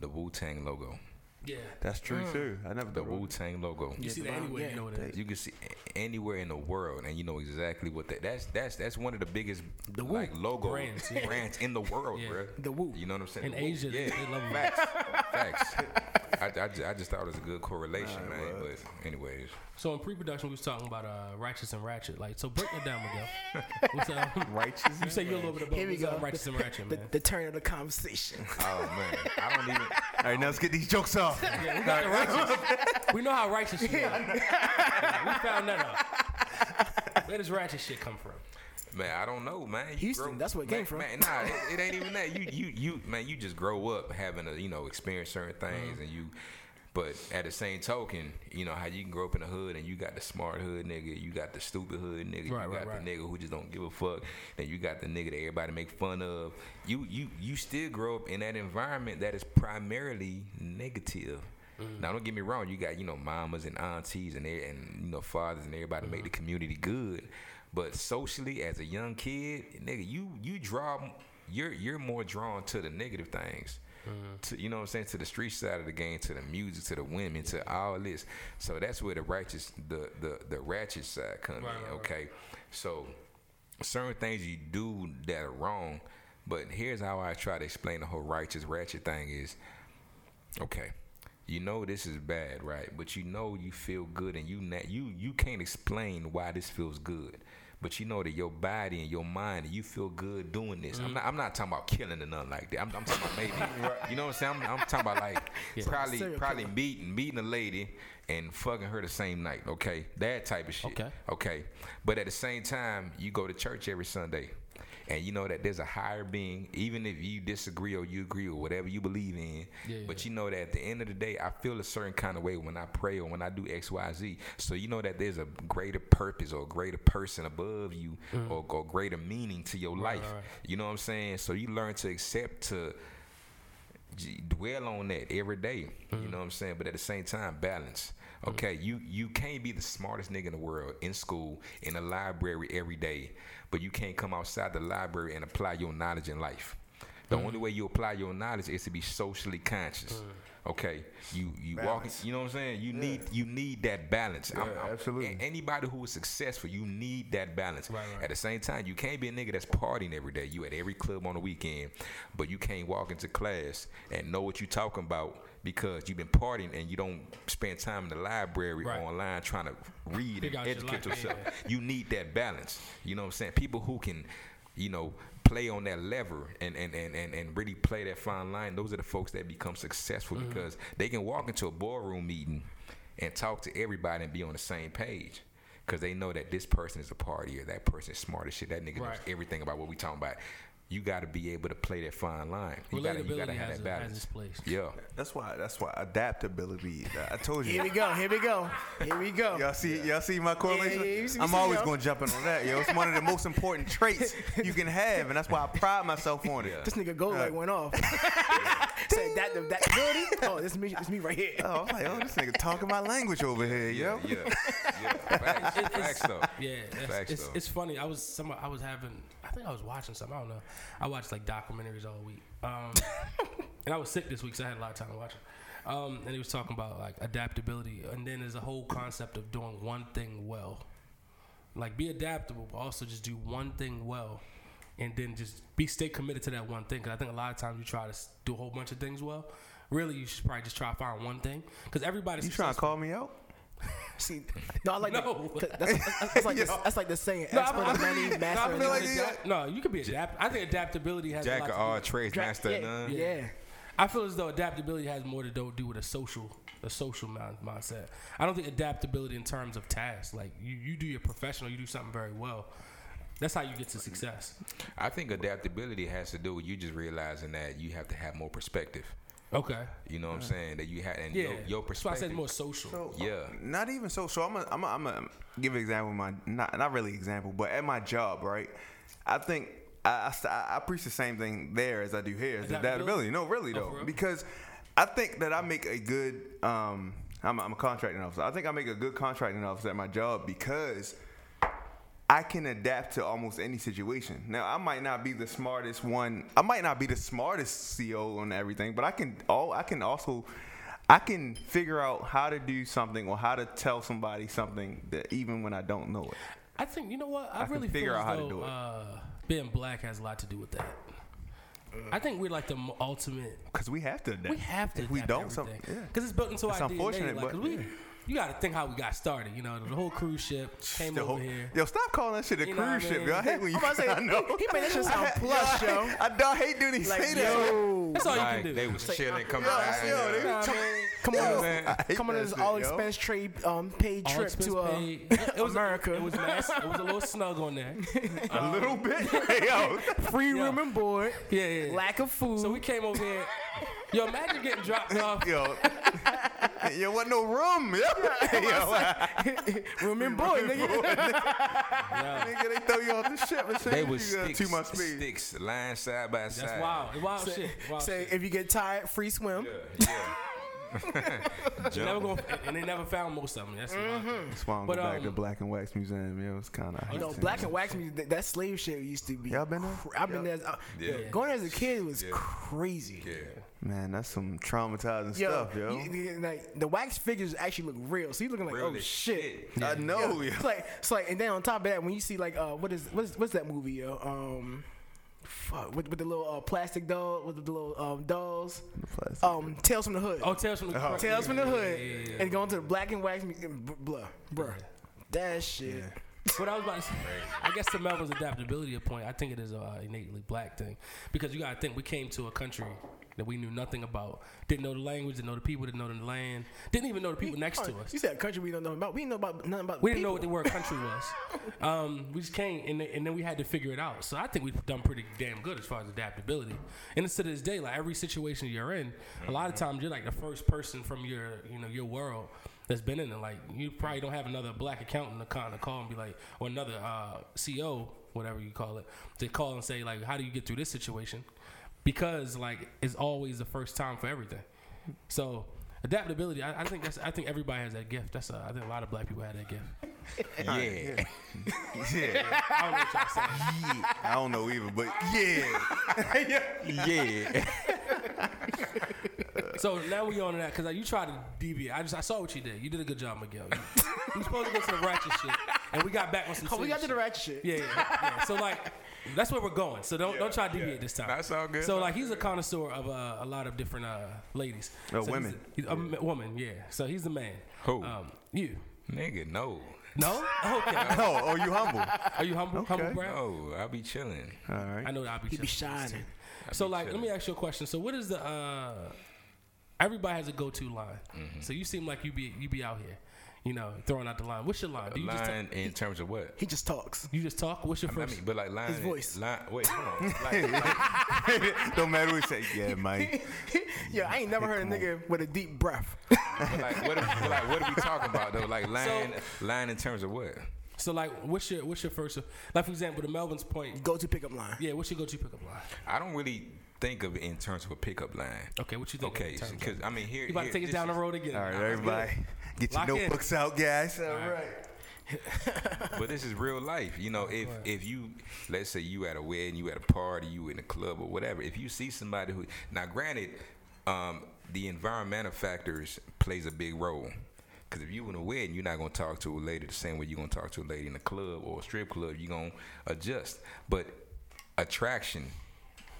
Speaker 5: the Wu Tang logo.
Speaker 2: Yeah.
Speaker 6: That's true too. I never
Speaker 5: The
Speaker 6: thought.
Speaker 5: Wu Tang logo.
Speaker 2: You see that
Speaker 4: the-
Speaker 2: anyway?
Speaker 4: yeah.
Speaker 2: You know what it is.
Speaker 5: You can see a- anywhere in the world, and you know exactly what that. That's that's that's one of the biggest like logo
Speaker 2: Brands,
Speaker 5: brands,
Speaker 2: yeah.
Speaker 5: in the world,
Speaker 2: Yeah.
Speaker 5: bro.
Speaker 4: The Wu.
Speaker 5: You know what I'm saying?
Speaker 2: In
Speaker 5: The Wu,
Speaker 2: Asia, they-
Speaker 5: yeah.
Speaker 2: they love 'em.
Speaker 5: facts. facts. I, I, ju- I just thought it was a good correlation, man. But anyways,
Speaker 2: So in pre-production, we was talking about uh, Righteous and Ratchet. Like, so break that down,
Speaker 4: (laughs)
Speaker 2: Miguel. What's up?
Speaker 6: Righteous.
Speaker 2: You say you're a little bit about
Speaker 4: Here we
Speaker 2: what's up,
Speaker 4: go.
Speaker 2: Righteous and
Speaker 4: (laughs)
Speaker 2: Ratchet,
Speaker 4: The,
Speaker 2: man.
Speaker 4: the turn of the conversation.
Speaker 5: oh man, I don't even.
Speaker 6: All right, now let's get these jokes off.
Speaker 2: Yeah, we got
Speaker 4: (laughs)
Speaker 2: the righteous. We know how righteous you are. Yeah, we found that out. Where does ratchet shit come from?
Speaker 5: Man, I don't know, man. You
Speaker 4: Houston, that's where it came
Speaker 5: man,
Speaker 4: from.
Speaker 5: Man, nah, it, it
Speaker 4: Mm-hmm.
Speaker 5: ain't even that. You, you, you, man, you just grow up having to, you know, experience certain things, and you But at the same token, you know how you can grow up in the hood and you got the smart hood nigga, you got the stupid hood nigga,
Speaker 2: Right,
Speaker 5: you
Speaker 2: right,
Speaker 5: got
Speaker 2: right.
Speaker 5: the nigga who just don't give a fuck, then you got the nigga that everybody make fun of. You you you still grow up in that environment that is primarily negative. Now don't get me wrong, you got you know mamas and aunties and they- and you know fathers and everybody make the community good, but socially as a young kid, nigga, you you draw you're you're more drawn to the negative things.
Speaker 2: Mm-hmm.
Speaker 5: To, you know what I'm saying to the street side of the game, to the music, to the women, to all this. So that's where the righteous, the the the ratchet side comes
Speaker 2: Right,
Speaker 5: in.
Speaker 2: right, right.
Speaker 5: okay, so certain things you do that are wrong. But here's how I try to explain the whole righteous ratchet thing is okay you know this is bad right but you know you feel good and you na- you you can't explain why this feels good but you know that your body and your mind you feel good doing this i'm not i'm not talking about killing or nothing like that i'm, I'm talking about maybe you know what i'm saying i'm, I'm talking about like probably
Speaker 4: Serial
Speaker 5: probably meeting meeting a lady and fucking her the same night okay that type of shit
Speaker 2: Okay.
Speaker 5: okay but at the same time you go to church every sunday and you know that there's a higher being even if you disagree or you agree or whatever you believe in
Speaker 2: Yeah, yeah.
Speaker 5: but you know that at the end of the day i feel a certain kind of way when i pray or when i do xyz so you know that there's a greater purpose or a greater person above you or, or greater meaning to your life
Speaker 2: Mm. right.
Speaker 5: you know what i'm saying so you learn to accept to j- dwell on that every day,
Speaker 2: Mm-hmm.
Speaker 5: You know what I'm saying? But at the same time, balance. Okay, you you can't be the smartest nigga in the world in school in the library every day, but you can't come outside the library and apply your knowledge in life. The
Speaker 2: Mm-hmm.
Speaker 5: only way you apply your knowledge is to be socially conscious.
Speaker 2: Mm.
Speaker 5: Okay, you you walk.
Speaker 6: Balance.
Speaker 5: You know what I'm saying? You need you need that balance.
Speaker 6: Yeah, absolutely.
Speaker 5: a- Anybody who is successful, you need that balance.
Speaker 2: Right, right.
Speaker 5: At the same time, you can't be a nigga that's partying every day. You at every club on the weekend, but you can't walk into class and know what you talking about because you've been partying and you don't spend time in the library
Speaker 2: Right.
Speaker 5: or online trying to read and
Speaker 2: Figure out your
Speaker 5: educate
Speaker 2: life,
Speaker 5: yourself.
Speaker 2: yeah.
Speaker 5: You need that balance. You know what I'm saying? People who can, you know, play on that lever and and, and, and, and really play that fine line, those are the folks that become successful
Speaker 2: Mm-hmm.
Speaker 5: because they can walk into a boardroom meeting and talk to everybody and be on the same page. Cause they know that this person is a partier, that person is smart as shit, that nigga
Speaker 2: Right.
Speaker 5: knows everything about what we talking about. You got to be able to play that fine line. You got
Speaker 2: Relatability
Speaker 5: you gotta have
Speaker 2: has,
Speaker 5: that
Speaker 2: a, has
Speaker 5: balance.
Speaker 2: its place.
Speaker 5: Yeah.
Speaker 6: That's why. That's why adaptability. I told
Speaker 4: Here
Speaker 6: you.
Speaker 4: we go. Here we go. Here we go.
Speaker 6: Y'all see, y'all see my correlation.
Speaker 4: Yeah, yeah, you see-
Speaker 6: I'm
Speaker 4: you see,
Speaker 6: always
Speaker 4: yo.
Speaker 6: gonna jump in on that, yo. It's one of the most important traits you can have, and that's why I pride myself on it.
Speaker 4: This nigga go like went off. (laughs) Said that that ability. Oh, this is me. This me right here.
Speaker 6: (laughs) Oh, I'm like, oh, this nigga talking my language over here, yo.
Speaker 5: Yeah. yeah.
Speaker 2: (laughs)
Speaker 5: Facts. Facts though.
Speaker 2: Yeah, that's,
Speaker 5: Facts,
Speaker 2: it's,
Speaker 5: though.
Speaker 2: it's funny. I was some. I was having. I think I was watching something. I don't know. I watched like documentaries all week. Um, and I was sick this week, so I had a lot of time to watch it. Um, and he was talking about like adaptability, and then there's a whole concept of doing one thing well, like be adaptable, but also just do one thing well, and then just be stay committed to that one thing. Because I think a lot of times you try to s- do a whole bunch of things well. Really, you should probably just try to find one thing. Because everybody's
Speaker 6: You trying to call me out?
Speaker 4: See, no, I like
Speaker 2: No.
Speaker 4: that. 'cause That's, that's, that's like the, that's like the saying. Expert
Speaker 2: I'm- (laughs)
Speaker 4: of many, master of
Speaker 6: feel
Speaker 4: none.
Speaker 6: like
Speaker 2: Adapt- no, you can be adapt. I think adaptability has a
Speaker 5: Jack
Speaker 2: lot
Speaker 5: of
Speaker 2: to do
Speaker 5: all trades, master
Speaker 4: yeah,
Speaker 5: of none.
Speaker 4: Yeah.
Speaker 2: I feel as though adaptability has more to do do with a social a social mind, mindset. I don't think adaptability in terms of tasks. Like you, you do your professional, you do something very well. That's how you get to success.
Speaker 5: I think adaptability has to do with you just realizing that you have to have more perspective.
Speaker 2: Okay.
Speaker 5: You know what I'm saying? That you had and
Speaker 2: Yeah.
Speaker 5: your, your
Speaker 2: That's why I
Speaker 5: perspective.
Speaker 2: said more social.
Speaker 6: So, uh,
Speaker 5: Yeah.
Speaker 6: Not even so. So I'm a, I'm a, I'm a give an example. of My not not really example, but at my job, right? I think I, I st- I, I preach the same thing there as I do here. Is
Speaker 2: Adaptability?
Speaker 6: adaptability? No, really
Speaker 2: Oh, for
Speaker 6: though,
Speaker 2: real?
Speaker 6: because I think that I make a good. Um, I'm, a- I'm a contracting officer. I think I make a good contracting officer at my job because I can adapt to almost any situation. Now, I might not be the smartest one. I might not be the smartest CEO on everything, but I can all I can also I can figure out how to do something or how to tell somebody something that even when I don't know it.
Speaker 2: I think you know what I,
Speaker 6: I can
Speaker 2: really
Speaker 6: figure
Speaker 2: feel
Speaker 6: out
Speaker 2: as
Speaker 6: how to
Speaker 2: though,
Speaker 6: do it.
Speaker 2: Uh, being black has a lot to do with that. I think we're like the m- ultimate
Speaker 6: Cuz we have to adapt.
Speaker 2: We have to.
Speaker 6: If we don't something.
Speaker 2: because
Speaker 6: Yeah.
Speaker 2: it's built into
Speaker 6: It's
Speaker 2: our DNA.
Speaker 6: unfortunate,
Speaker 2: Like, 'cause
Speaker 6: but-
Speaker 2: we,
Speaker 6: yeah.
Speaker 2: you got to think how we got started. You know, the whole cruise ship came
Speaker 6: The
Speaker 2: over
Speaker 6: whole-
Speaker 2: here.
Speaker 6: Yo, stop calling that shit a
Speaker 2: You know what I
Speaker 6: cruise ship,
Speaker 2: mean?
Speaker 6: yo. I hate when you
Speaker 4: I'm about to say,
Speaker 6: (laughs) I know.
Speaker 4: he- he made that shit sound
Speaker 6: (laughs) I hate-
Speaker 4: plush,
Speaker 6: yo. I,
Speaker 4: yo.
Speaker 6: (laughs) I don't hate doing these
Speaker 4: Like
Speaker 6: say that.
Speaker 4: yo,
Speaker 2: That's all
Speaker 5: like,
Speaker 2: you can
Speaker 5: They
Speaker 2: do. uh,
Speaker 5: was chilling, coming
Speaker 6: Yo,
Speaker 5: out.
Speaker 6: yo, they-
Speaker 2: I mean,
Speaker 4: (laughs) come
Speaker 5: Yo,
Speaker 4: on,
Speaker 5: man, I
Speaker 6: hate
Speaker 4: come on
Speaker 6: that
Speaker 4: this
Speaker 6: shit,
Speaker 4: all
Speaker 6: yo.
Speaker 4: expense trade um paid
Speaker 2: all
Speaker 4: trip
Speaker 2: expense
Speaker 4: to uh,
Speaker 2: paid. It was
Speaker 4: America.
Speaker 2: It was nice. It was a little snug on there.
Speaker 6: A
Speaker 4: (laughs)
Speaker 6: little bit. (laughs) yo.
Speaker 4: free room and board,
Speaker 2: Yeah, yeah. yeah. (laughs)
Speaker 4: lack of food.
Speaker 6: (laughs)
Speaker 2: So we came over here. Yo, imagine getting dropped off.
Speaker 6: Yo. you want no room. (laughs) Yeah. Yo,
Speaker 4: (laughs) Remember, boy, nigga.
Speaker 6: nigga, they throw you off the ship as soon
Speaker 5: They
Speaker 6: as
Speaker 5: was
Speaker 2: uh,
Speaker 6: you got
Speaker 5: sticks,
Speaker 6: too much speed.
Speaker 5: sticks, lying side by side.
Speaker 2: That's wild. Wild Oh, shit. Wild
Speaker 4: Say
Speaker 2: shit.
Speaker 4: if you get tired, free swim.
Speaker 2: (laughs) They never gonna, and they never found most of them. That's wild.
Speaker 4: Mm-hmm.
Speaker 6: That's why I'm
Speaker 2: But,
Speaker 6: going back
Speaker 2: um,
Speaker 6: to Black and Wax Museum. Yo, it's kind of.
Speaker 4: You know, black and wax music, that, that slave shit used to be.
Speaker 6: Y'all been there?
Speaker 4: cr- I've been there. uh,
Speaker 5: Yeah.
Speaker 4: yeah, Going as a kid was crazy.
Speaker 5: Yeah.
Speaker 6: Man, that's some traumatizing
Speaker 4: Yo,
Speaker 6: stuff, yo.
Speaker 4: you- you- like the wax figures actually look real, so you looking like,
Speaker 5: Real
Speaker 4: oh
Speaker 5: as
Speaker 4: shit.
Speaker 6: I know, yo.
Speaker 4: It's like, it's like, and then on top of that, when you see like, uh, what is, what's, what's that movie, yo? Um, fuck, with, with the little uh, plastic doll, with the little um, dolls,
Speaker 6: plastic
Speaker 4: um, Tales from the Hood,
Speaker 2: Oh, Tales from the
Speaker 6: Uh-huh.
Speaker 2: Crypt.
Speaker 4: Tales from the
Speaker 2: Yeah,
Speaker 4: Hood,
Speaker 2: yeah, yeah, yeah.
Speaker 4: and going to the black and wax, mu- and br- blah, bruh, that shit.
Speaker 2: What I was about to say, I guess to Melvin's adaptability point, I think it is a uh, innately black thing because you gotta think we came to a country that we knew nothing about, didn't know the language, didn't know the people, didn't know the land, didn't even know the people next to
Speaker 4: Oh,
Speaker 2: us.
Speaker 4: You said a country we don't know about. We didn't know about nothing about.
Speaker 2: We didn't know
Speaker 4: people.
Speaker 2: what the word country was. Um, we just came, and, then- and then we had to figure it out. So I think we've done pretty damn good as far as adaptability. And it's to this day, like every situation you're in, a lot of times you're like the first person from your, you know, your world that's been in it. Like you probably don't have another black accountant to kind of call and be like, or another uh, CO, whatever you call it, to call and say like, how do you get through this situation? Because like it's always the first time for everything. So. Adaptability. I, I think that's. I think everybody has that gift. That's. A, I think a lot of black people have that gift.
Speaker 5: Yeah. yeah.
Speaker 6: (laughs)
Speaker 4: (laughs)
Speaker 6: Yeah,
Speaker 2: I don't know what y'all saying.
Speaker 6: I don't know either, but yeah,
Speaker 4: (laughs)
Speaker 2: So now we on to that because like, you tried to deviate. I just I saw what you did. You did a good job, Miguel. You, you supposed to go to the ratchet shit, and we got back on some.
Speaker 4: Oh, we
Speaker 2: serious
Speaker 4: got to the
Speaker 2: shit.
Speaker 4: ratchet shit.
Speaker 2: Yeah, yeah, yeah. So like, that's where we're going. So don't don't try to deviate this time.
Speaker 5: That's all good.
Speaker 2: So like, he's a connoisseur of uh, a lot of different uh, ladies. So
Speaker 6: Oh,
Speaker 2: he's
Speaker 6: women.
Speaker 2: a- He's a, m- woman, yeah. So he's the man.
Speaker 5: Who?
Speaker 2: Um, you.
Speaker 5: Nigga, no.
Speaker 2: No. Okay.
Speaker 6: Oh, oh,
Speaker 5: (laughs)
Speaker 6: you humble.
Speaker 2: Are you humble? Humble,
Speaker 6: Okay.
Speaker 2: Brad?
Speaker 5: No, I'll be chilling.
Speaker 6: All right.
Speaker 2: I know that I'll be.
Speaker 4: He be
Speaker 2: chilling.
Speaker 4: shining.
Speaker 2: So
Speaker 5: be
Speaker 2: like, let
Speaker 5: chilling.
Speaker 2: me ask you a question. So what is the uh everybody has a go to line. So you seem like you be you be out here, you know, throwing out the line. What's your line? Do you just
Speaker 5: Lying in terms of what?
Speaker 4: He just talks.
Speaker 2: you just talk? What's your
Speaker 5: I
Speaker 2: first
Speaker 5: mean, but like lying.
Speaker 4: His voice.
Speaker 5: Lying,
Speaker 2: (laughs)
Speaker 5: wait, hold on. Like,
Speaker 6: (laughs) Don't matter what you say.
Speaker 5: (laughs)
Speaker 4: (laughs)
Speaker 6: Yeah, Mike.
Speaker 4: yeah, I ain't never heard a nigga with a deep breath. (laughs)
Speaker 5: but like, what are, like, what are we talking about though? Like lying, lying in terms of what?
Speaker 2: So like what's your what's your first like for example the Melvin's point.
Speaker 4: Go to pickup line.
Speaker 2: Yeah, what's your go to pickup line?
Speaker 5: I don't really think of it in terms of a pickup line.
Speaker 2: Okay, what you think?
Speaker 5: Okay,
Speaker 2: in terms of-
Speaker 5: because I mean here.
Speaker 2: you about to
Speaker 5: here,
Speaker 2: take it
Speaker 5: this
Speaker 2: down the
Speaker 5: is-
Speaker 2: road again.
Speaker 6: All right,
Speaker 2: Nah, that's
Speaker 6: everybody, get your
Speaker 2: Lock in.
Speaker 6: notebooks out, guys. All right.
Speaker 5: But this is real life. You
Speaker 2: Oh,
Speaker 5: know, if if you let's say you at a wedding, you at a party, you in a club or whatever, if you see somebody who now granted, um, the environmental factors plays a big role. Cause if you in a wedding, you're not gonna talk to a lady the same way you're gonna talk to a lady in a club or a strip club. You're gonna adjust. But attraction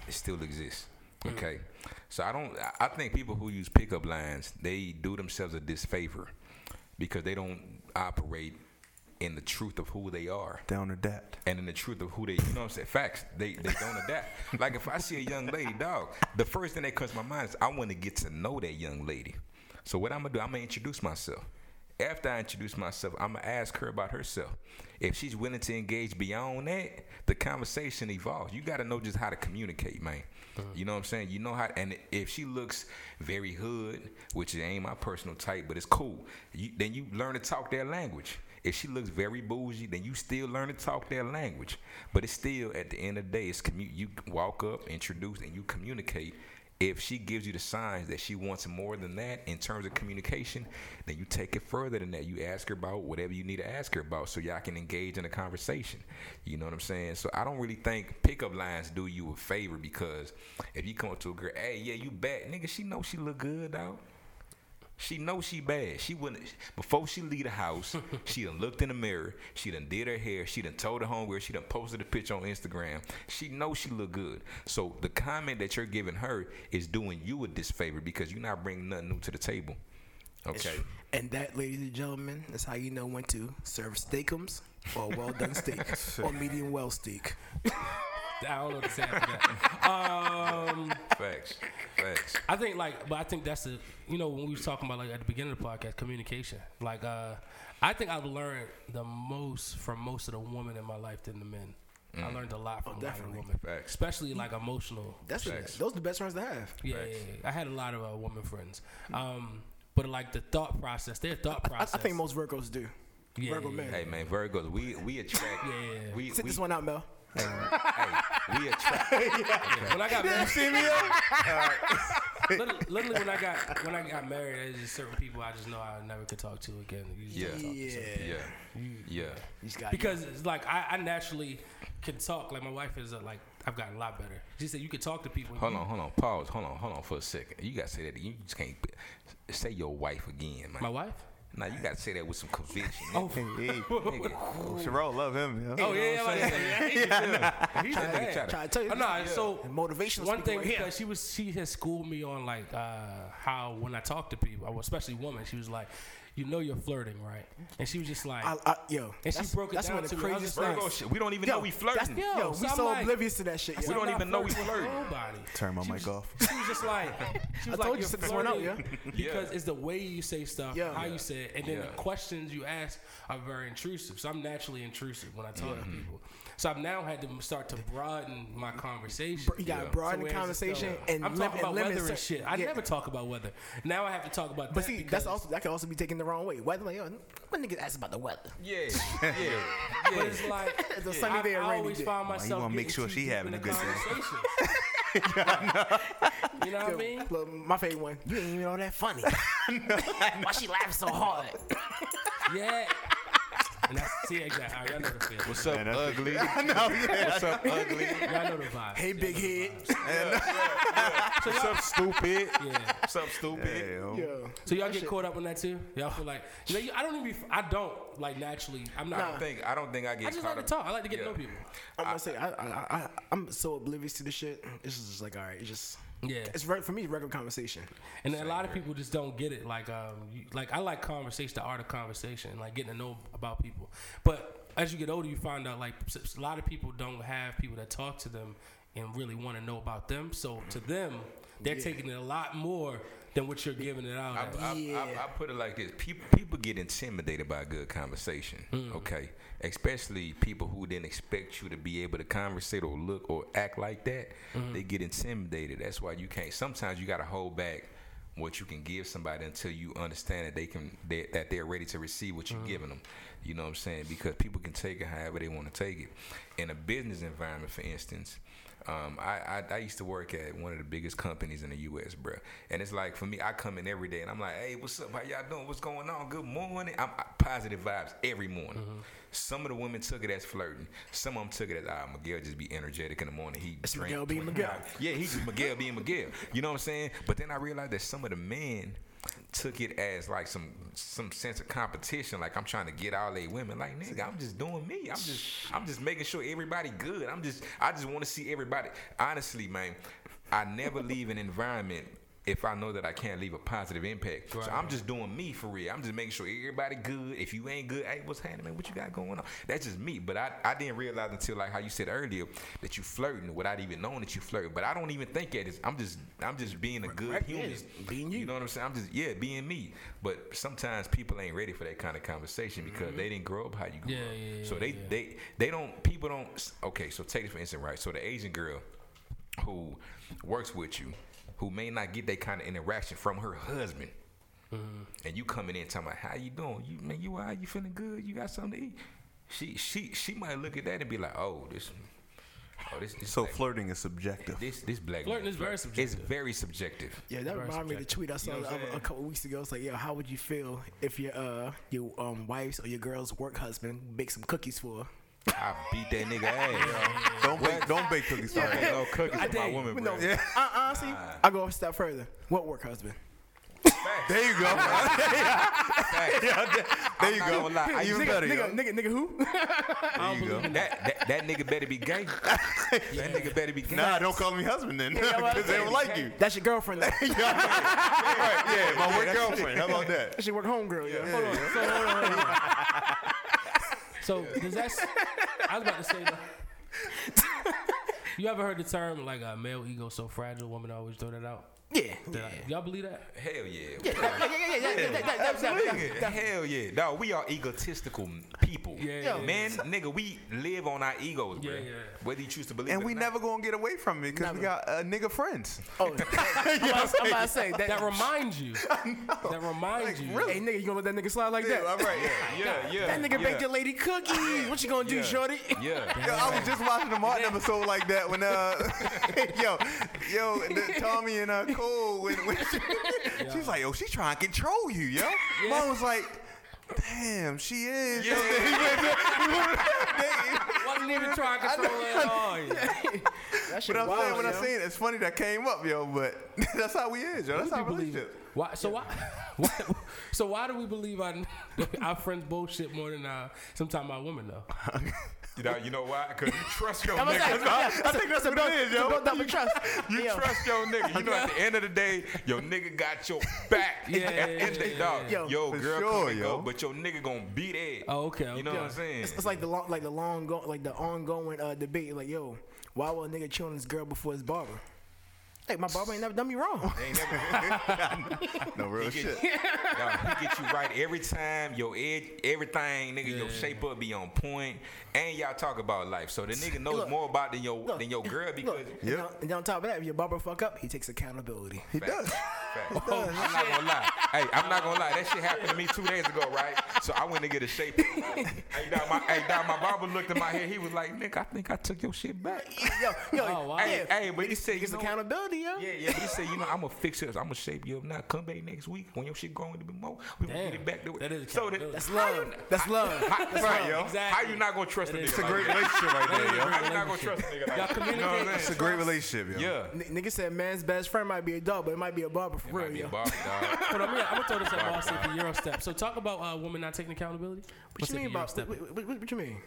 Speaker 5: it still exists.
Speaker 2: Mm.
Speaker 5: Okay, so I don't. I- I think people who use pickup lines they do themselves a disfavor because they don't operate in the truth of who they are
Speaker 6: Down or that.
Speaker 5: and in the truth of who they. You know what I'm saying? Facts. They they don't adapt. like if I see a young lady, dog, the first thing that comes to my mind is I want to get to know that young lady. So what I'm gonna do? I'm gonna introduce myself. After I introduce myself, I'm gonna ask her about herself. If she's willing to engage beyond that, the conversation evolves. You gotta know just how to communicate, man. You know what I'm saying? You know how, and if she looks very hood, which ain't my personal type, but it's cool, you, then you learn to talk their language. If she looks very bougie, then you still learn to talk their language. But it's still at the end of the day, it's commu- you walk up, introduce, and you communicate. If she gives you the signs that she wants more than that in terms of communication, then you take it further than that. You ask her about whatever you need to ask her about so y'all can engage in a conversation. You know what I'm saying? So I don't really think pickup lines do you a favor because if you come up to a girl, hey, yeah, you bad. Nigga, she know she look good, though. She know she bad. She wouldn't before she leave the
Speaker 2: (laughs)
Speaker 5: house. she done looked in the mirror. She done did her hair. She done told her homegirl. She done posted a picture on Instagram. She know she look good. So the comment that you're giving her is doing you a disfavor because you're not bringing nothing new to the table. Okay.
Speaker 4: And that, ladies and gentlemen, is how you know when to serve steakums or well
Speaker 2: (laughs)
Speaker 4: done steak or medium well steak.
Speaker 2: good. I don't know what to say after that. um
Speaker 5: Facts. Facts.
Speaker 2: I think like, but I think that's the you know when we was talking about like at the beginning of the podcast communication. Like, uh, I think I've learned the most from most of the women in my life than the men. I learned a lot from a lot of
Speaker 4: definitely.
Speaker 2: women,
Speaker 5: Facts.
Speaker 2: especially like emotional.
Speaker 4: That's what,
Speaker 5: Facts.
Speaker 4: those are the best friends to have.
Speaker 2: Yeah, yeah, yeah. I had a lot of uh, women friends. Um, But like the thought process, their thought
Speaker 4: I, I
Speaker 2: process.
Speaker 4: think most Virgos do.
Speaker 2: Yeah,
Speaker 4: Virgo
Speaker 2: yeah,
Speaker 4: men.
Speaker 5: Hey man, Virgos, we we attract.
Speaker 2: Yeah.
Speaker 5: We,
Speaker 4: Sit
Speaker 5: we,
Speaker 4: this one out, Mel.
Speaker 5: hey, we attract.
Speaker 2: Well, I got
Speaker 6: You see me? Yo?
Speaker 2: (laughs) literally, literally when I got when I got married, there's just certain people I just know I never could talk to again. You just
Speaker 5: Yeah.
Speaker 2: don't talk to certain
Speaker 5: Yeah, yeah.
Speaker 4: He's got
Speaker 2: because it's like I, I naturally can talk. Like my wife is uh like I've gotten a lot better. She said you can talk to people.
Speaker 5: Hold on, hold on, pause. Hold on, hold on for a second. You gotta say that. You just can't say your wife again, man.
Speaker 2: My wife?
Speaker 5: Now you gotta say that with some conviction.
Speaker 2: Oh,
Speaker 6: Hey,
Speaker 5: (laughs) nigga.
Speaker 6: Sherelle love him. Yo.
Speaker 2: oh yeah,
Speaker 5: what I'm
Speaker 2: yeah, yeah, yeah. He's a
Speaker 5: Try to- try
Speaker 2: man.
Speaker 5: to-
Speaker 4: Try to tell you.
Speaker 2: Oh, no, so
Speaker 4: And motivational
Speaker 2: One
Speaker 4: speaking
Speaker 2: thing
Speaker 4: right here.
Speaker 2: because she was she had schooled me on like uh, how when I talk to people, especially women, she was like, you know, you're flirting, right? And she was just like,
Speaker 4: I, I, yo,
Speaker 2: And she
Speaker 4: that's-
Speaker 2: broke it
Speaker 4: that's
Speaker 2: down
Speaker 4: one of the
Speaker 2: to me. I was
Speaker 4: craziest
Speaker 2: just like,
Speaker 4: things.
Speaker 5: Virgo shit. We don't even know we
Speaker 4: that's-
Speaker 5: flirting.
Speaker 4: Yo,
Speaker 2: so
Speaker 4: we
Speaker 2: I'm
Speaker 4: so
Speaker 2: like-
Speaker 4: oblivious to that shit.
Speaker 2: I
Speaker 4: yo.
Speaker 2: said,
Speaker 5: don't
Speaker 2: "I'm
Speaker 5: even
Speaker 2: not
Speaker 5: know we
Speaker 2: flirting with
Speaker 5: flirting."
Speaker 2: Nobody.
Speaker 6: Turn my
Speaker 2: She
Speaker 6: mic
Speaker 2: was-
Speaker 6: off.
Speaker 2: She was just like,
Speaker 4: (laughs)
Speaker 2: she was
Speaker 4: I told
Speaker 2: like,
Speaker 4: you
Speaker 2: you're
Speaker 4: sit this one
Speaker 2: (laughs)
Speaker 4: out,
Speaker 2: flirting
Speaker 5: yeah.
Speaker 2: because
Speaker 5: Yeah.
Speaker 2: it's the way you say stuff,
Speaker 4: Yeah.
Speaker 2: how you say it, and then
Speaker 5: Yeah.
Speaker 2: the questions you ask are very intrusive. So I'm naturally intrusive when I talk to people. So I've now had to start to broaden my conversation.
Speaker 4: You got
Speaker 5: Yeah.
Speaker 4: broaden
Speaker 2: So whereas
Speaker 4: the
Speaker 2: it's
Speaker 4: conversation
Speaker 2: the-
Speaker 4: and
Speaker 2: I'm
Speaker 4: lim-
Speaker 2: talking about
Speaker 4: and limit
Speaker 2: weather and
Speaker 4: certain-
Speaker 2: shit. I
Speaker 4: yeah.
Speaker 2: never talk about weather. Now I have to talk about.
Speaker 4: But
Speaker 2: that
Speaker 4: see,
Speaker 2: because-
Speaker 4: that's also that can also be taken the wrong way. Why, like, yo, my niggas ask about the weather.
Speaker 5: Yeah, (laughs) yeah,
Speaker 2: But
Speaker 5: yeah.
Speaker 2: it's like
Speaker 4: It's a (laughs) sunny
Speaker 2: I-
Speaker 4: day
Speaker 2: I,
Speaker 4: and rainy
Speaker 2: always
Speaker 4: day.
Speaker 2: find myself.
Speaker 6: wanna make
Speaker 2: getting
Speaker 6: sure
Speaker 2: too
Speaker 6: she
Speaker 2: deep
Speaker 6: having
Speaker 2: in the
Speaker 6: a good day. (laughs)
Speaker 2: conversation. you know what I mean?
Speaker 4: Look, my favorite one. You ain't even all that (laughs) funny. Why she laughing so hard?
Speaker 2: Yeah. And that's see exactly. All right, y'all know the feel.
Speaker 5: What's up, ugly?
Speaker 6: (laughs)
Speaker 5: I know. What's up, ugly?
Speaker 2: Y'all know the vibe.
Speaker 4: Hey, big head.
Speaker 5: What's up, stupid?
Speaker 2: Yeah.
Speaker 5: What's up, stupid?
Speaker 6: Hey, yo.
Speaker 4: Yo,
Speaker 2: So y'all get caught up on that too. Y'all feel like you know, you- I don't even. be- I don't like naturally. I'm
Speaker 5: I don't
Speaker 2: not.
Speaker 5: think I don't think I get
Speaker 2: I just
Speaker 5: caught
Speaker 2: like to
Speaker 5: up.
Speaker 2: talk. I like to get
Speaker 5: Yeah.
Speaker 2: to know people.
Speaker 4: I'm gonna say I, I, I, I'm so oblivious to this shit. It's just like all right, it's just
Speaker 2: Yeah.
Speaker 4: It's re- for me regular conversation.
Speaker 2: And then a lot of people just don't get it. Like, um, you, like I like conversation, the art of conversation, like getting to know about people. But as you get older, you find out like s- s- a lot of people don't have people that talk to them and really want to know about them. So to them, they're taking it a lot more than what you're giving it out. as.
Speaker 5: I, I, I,
Speaker 4: Yeah.
Speaker 5: I put it like this: people people get intimidated by good conversation. Okay, especially people who didn't expect you to be able to conversate or look or act like that. They get intimidated. That's why you can't. Sometimes you got to hold back what you can give somebody until you understand that they can that, that they're ready to receive what you're giving them. You know what I'm saying? Because people can take it however they want to take it. In a business environment, for instance. Um, I, I I used to work at one of the biggest companies in the U.S., bro. And it's like for me, I come in every day and I'm like, hey, what's up? How y'all doing? What's going on? Good morning. I'm I, positive vibes every morning.
Speaker 4: Mm-hmm.
Speaker 5: Some of the women took it as flirting. Some of them took it as ah, Miguel just be energetic in the morning. He
Speaker 4: It's
Speaker 5: drink (laughs)
Speaker 4: Miguel being
Speaker 5: 20
Speaker 4: Miguel.
Speaker 5: yeah, he's just Miguel being Miguel. You know what I'm saying? But then I realized that some of the men took it as like some some sense of competition. Like I'm trying to get all they women. Like nigga, I'm just doing me. I'm just I'm just making sure everybody good. I'm just I just want to see everybody. Honestly, man, I never leave an environment. If I know that I can't leave a positive impact, so I'm just doing me for real. I'm just making sure everybody good. If you ain't good, hey, what's happening, man? What you got going on? That's just me. But I, I didn't realize until like how you said earlier that you flirting without even knowing that you flirting. But I don't even think that it's I'm just I'm just being a good human.
Speaker 4: yes, being you.
Speaker 5: You know what I'm saying? I'm just yeah, being me. But sometimes people ain't ready for that kind of conversation because they didn't grow up how you grew
Speaker 2: Yeah,
Speaker 5: up.
Speaker 2: yeah,
Speaker 5: so they they they don't people don't s- okay, so take it for instance, right? So the Asian girl who works with you, who may not get that kind of interaction from her husband.
Speaker 2: Mm-hmm.
Speaker 5: And you coming in talking about how you doing? You man, you all right? You feeling good? You got something to eat? She she she might look at that and be like, oh this, oh this. this
Speaker 6: So
Speaker 5: black-
Speaker 6: flirting is subjective.
Speaker 5: This this black
Speaker 2: Flirting
Speaker 5: man
Speaker 2: is very
Speaker 5: flirt.
Speaker 2: subjective.
Speaker 5: It's very subjective.
Speaker 4: Yeah, that reminded me of the tweet I saw
Speaker 5: know what I'm
Speaker 4: a- a,
Speaker 5: saying?
Speaker 4: couple weeks ago. It's like, yo, how would you feel if your uh your um wife's or your girl's work husband baked some cookies for? her?
Speaker 5: I beat that
Speaker 2: (laughs)
Speaker 5: nigga ass.
Speaker 6: Don't bake, don't bake cookies. for
Speaker 5: I
Speaker 6: me.
Speaker 5: ain't no cookies for my
Speaker 2: did.
Speaker 5: woman,
Speaker 4: No,
Speaker 5: bro.
Speaker 4: yeah. uh, honestly, I go a step further. What work husband?
Speaker 5: (laughs)
Speaker 6: There you go. (laughs) there Ah, you
Speaker 5: not
Speaker 6: go.
Speaker 5: gonna lie. I
Speaker 6: Even
Speaker 5: used to-
Speaker 6: better, yo.
Speaker 4: Nigga, nigga, nigga, who?
Speaker 6: There you go.
Speaker 5: That, that that nigga better be
Speaker 6: (laughs)
Speaker 5: gay. That nigga better be gay.
Speaker 6: Nah, don't call me husband then, (laughs) because they don't like you.
Speaker 4: That's your girlfriend. though.
Speaker 6: yeah, right, yeah, my work girlfriend. How about that?
Speaker 4: That's your work homegirl. Yeah.
Speaker 2: Hold on, so, hold on, hold on. So, does that? s- I was about to say. that- You ever heard the term like a male ego so fragile? Women always throw that out.
Speaker 4: Yeah.
Speaker 2: Did I- y'all believe that?
Speaker 5: Hell yeah.
Speaker 4: Yeah, yeah, yeah, yeah, yeah, yeah, yeah, yeah, yeah, yeah, yeah.
Speaker 5: Nigga, Hell yeah. No, we are egotistical people.
Speaker 2: Yeah, yeah,
Speaker 5: Man, nigga, we live on our egos, bro.
Speaker 2: Yeah, yeah.
Speaker 5: Whether you choose to believe
Speaker 6: And
Speaker 5: it
Speaker 6: we
Speaker 5: or
Speaker 6: never gonna get away from it because
Speaker 4: Never.
Speaker 6: we got uh, nigga friends.
Speaker 2: (laughs)
Speaker 4: Oh, I'm about- I'm about to say that.
Speaker 2: That reminds
Speaker 5: (laughs)
Speaker 2: you. That reminds you.
Speaker 4: Hey, nigga, you gonna let that nigga slide like
Speaker 6: Yeah,
Speaker 4: that?
Speaker 6: all right.
Speaker 5: not. Yeah, yeah.
Speaker 4: That nigga
Speaker 5: yeah,
Speaker 4: baked your lady cookie. What you gonna do,
Speaker 5: yeah,
Speaker 4: shorty?
Speaker 5: (laughs)
Speaker 6: (laughs)
Speaker 5: Yeah.
Speaker 6: Yo, I was just watching the Martin episode like that when uh (laughs) yo yo the Tommy and uh Cole when, (laughs) when she, she's like yo she trying to control you yo mom was like damn she is (laughs) yo.
Speaker 2: Wasn't
Speaker 5: (laughs)
Speaker 2: even trying to control it at all. Yeah.
Speaker 4: That shit
Speaker 6: but I'm
Speaker 4: wild,
Speaker 6: saying when I
Speaker 4: yo.
Speaker 6: seen it it's funny that came up yo but (laughs) that's how we is yo that's
Speaker 2: We
Speaker 6: how
Speaker 2: do believe it.
Speaker 6: relationship (laughs)
Speaker 2: Why? So why? why- (laughs) So why do we believe our (laughs) our friends bullshit more than uh, sometimes our women though?
Speaker 5: You know, you know why? Because you trust your
Speaker 4: I'm about to say,
Speaker 5: nigga.
Speaker 4: yeah, I think that's what it is, yo. Build up your trust.
Speaker 5: You
Speaker 4: Yo.
Speaker 5: trust your nigga. You know, at the end of the day, your nigga got your back.
Speaker 2: (laughs) Yeah,
Speaker 5: At the end of the
Speaker 2: yeah,
Speaker 5: dog,
Speaker 4: yeah.
Speaker 5: yo,
Speaker 4: Yo,
Speaker 6: for
Speaker 5: girl,
Speaker 6: sure,
Speaker 5: come and go,
Speaker 6: yo.
Speaker 5: but your nigga gonna be there.
Speaker 2: Oh, okay,
Speaker 5: You know
Speaker 2: okay.
Speaker 5: what I'm saying?
Speaker 4: It's like the long, like the long, go, like the ongoing uh, debate. Like, yo, why would a nigga cheat on his girl before his barber? Like, my barber ain't never done me wrong.
Speaker 5: Ain't never-
Speaker 6: no real
Speaker 5: He
Speaker 6: shit
Speaker 5: get, Yo, he get you right every time. Your edge, everything, nigga. Your shape up be on point, and y'all talk about life. So the nigga knows
Speaker 4: Look.
Speaker 5: more about than your
Speaker 4: Look,
Speaker 5: than your girl because.
Speaker 4: Look, and,
Speaker 6: Yep.
Speaker 4: on, and on top of that, if your barber fuck up, he takes accountability. (laughs)
Speaker 6: he does
Speaker 5: Fact. I'm not gonna lie. Hey, I'm not gonna lie. That shit happened to me two days ago, right? So I went to get a shape.
Speaker 4: (laughs)
Speaker 5: hey, dog, my, hey, dog, my barber looked at my hair. He was like, "Nick, I think I took your shit back."
Speaker 4: Yo, yo,
Speaker 2: Oh, wow.
Speaker 5: Hey,
Speaker 4: yeah,
Speaker 5: hey, but he said, "You
Speaker 4: it's
Speaker 5: know,
Speaker 4: accountability, yo.
Speaker 5: Yeah, yeah. He said, you know, I'm gonna fix it. I'm gonna shape you up now. Come back next week when your shit growing a bit more. We gonna
Speaker 2: Damn.
Speaker 5: get it back to it.
Speaker 2: That is
Speaker 5: so
Speaker 2: accountability.
Speaker 4: That's
Speaker 5: how
Speaker 4: love.
Speaker 5: you kn-
Speaker 4: That's love.
Speaker 6: (laughs)
Speaker 5: How, right, yo.
Speaker 2: Exactly.
Speaker 5: How you not gonna trust a nigga?
Speaker 2: is.
Speaker 5: It's a great
Speaker 6: relationship right there yo
Speaker 5: How you not gonna trust a nigga? Like
Speaker 2: Y'all
Speaker 5: that? You know what I'm
Speaker 2: communicate.
Speaker 6: it's a
Speaker 5: saying?
Speaker 6: great relationship (laughs) yo
Speaker 5: Yeah.
Speaker 4: N- nigga said man's best friend might be a dog, but it might be a barber for
Speaker 5: Might
Speaker 4: real,
Speaker 5: be
Speaker 4: yo.
Speaker 5: a barber, dog.
Speaker 2: Hold on, I'm gonna throw this at Ross at the Euro step. So talk about uh, women not taking accountability.
Speaker 4: What
Speaker 2: What's
Speaker 4: you
Speaker 2: at
Speaker 4: mean
Speaker 2: the Euro
Speaker 4: about
Speaker 2: step?
Speaker 4: what, what, what, what you mean?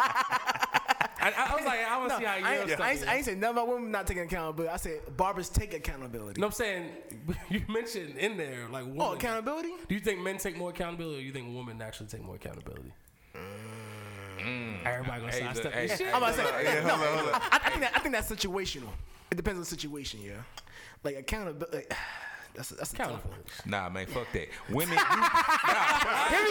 Speaker 2: I, I was like, I want to see how
Speaker 4: I,
Speaker 2: Euro
Speaker 4: ain't,
Speaker 2: step.
Speaker 4: I,
Speaker 2: is.
Speaker 4: ain't, I ain't saying nothing about women not taking accountability. I said barbers take accountability.
Speaker 2: No, I'm saying (laughs) you mentioned in there like women.
Speaker 4: Oh, accountability?
Speaker 2: Do you think men take more accountability, or you think women actually take more accountability? Everybody gonna
Speaker 5: Mm. Hey,
Speaker 2: sidestep
Speaker 5: look,
Speaker 2: this
Speaker 5: hey,
Speaker 2: shit.
Speaker 5: hey,
Speaker 4: I'm about to say,
Speaker 6: yeah hold on hold on
Speaker 4: I, I think that, I think that's situational. It depends on the situation, yeah. Like (sighs) accountability. that's a, that's a tough one.
Speaker 2: accountability.
Speaker 5: Nah, man, fuck that. Women, you,
Speaker 4: Here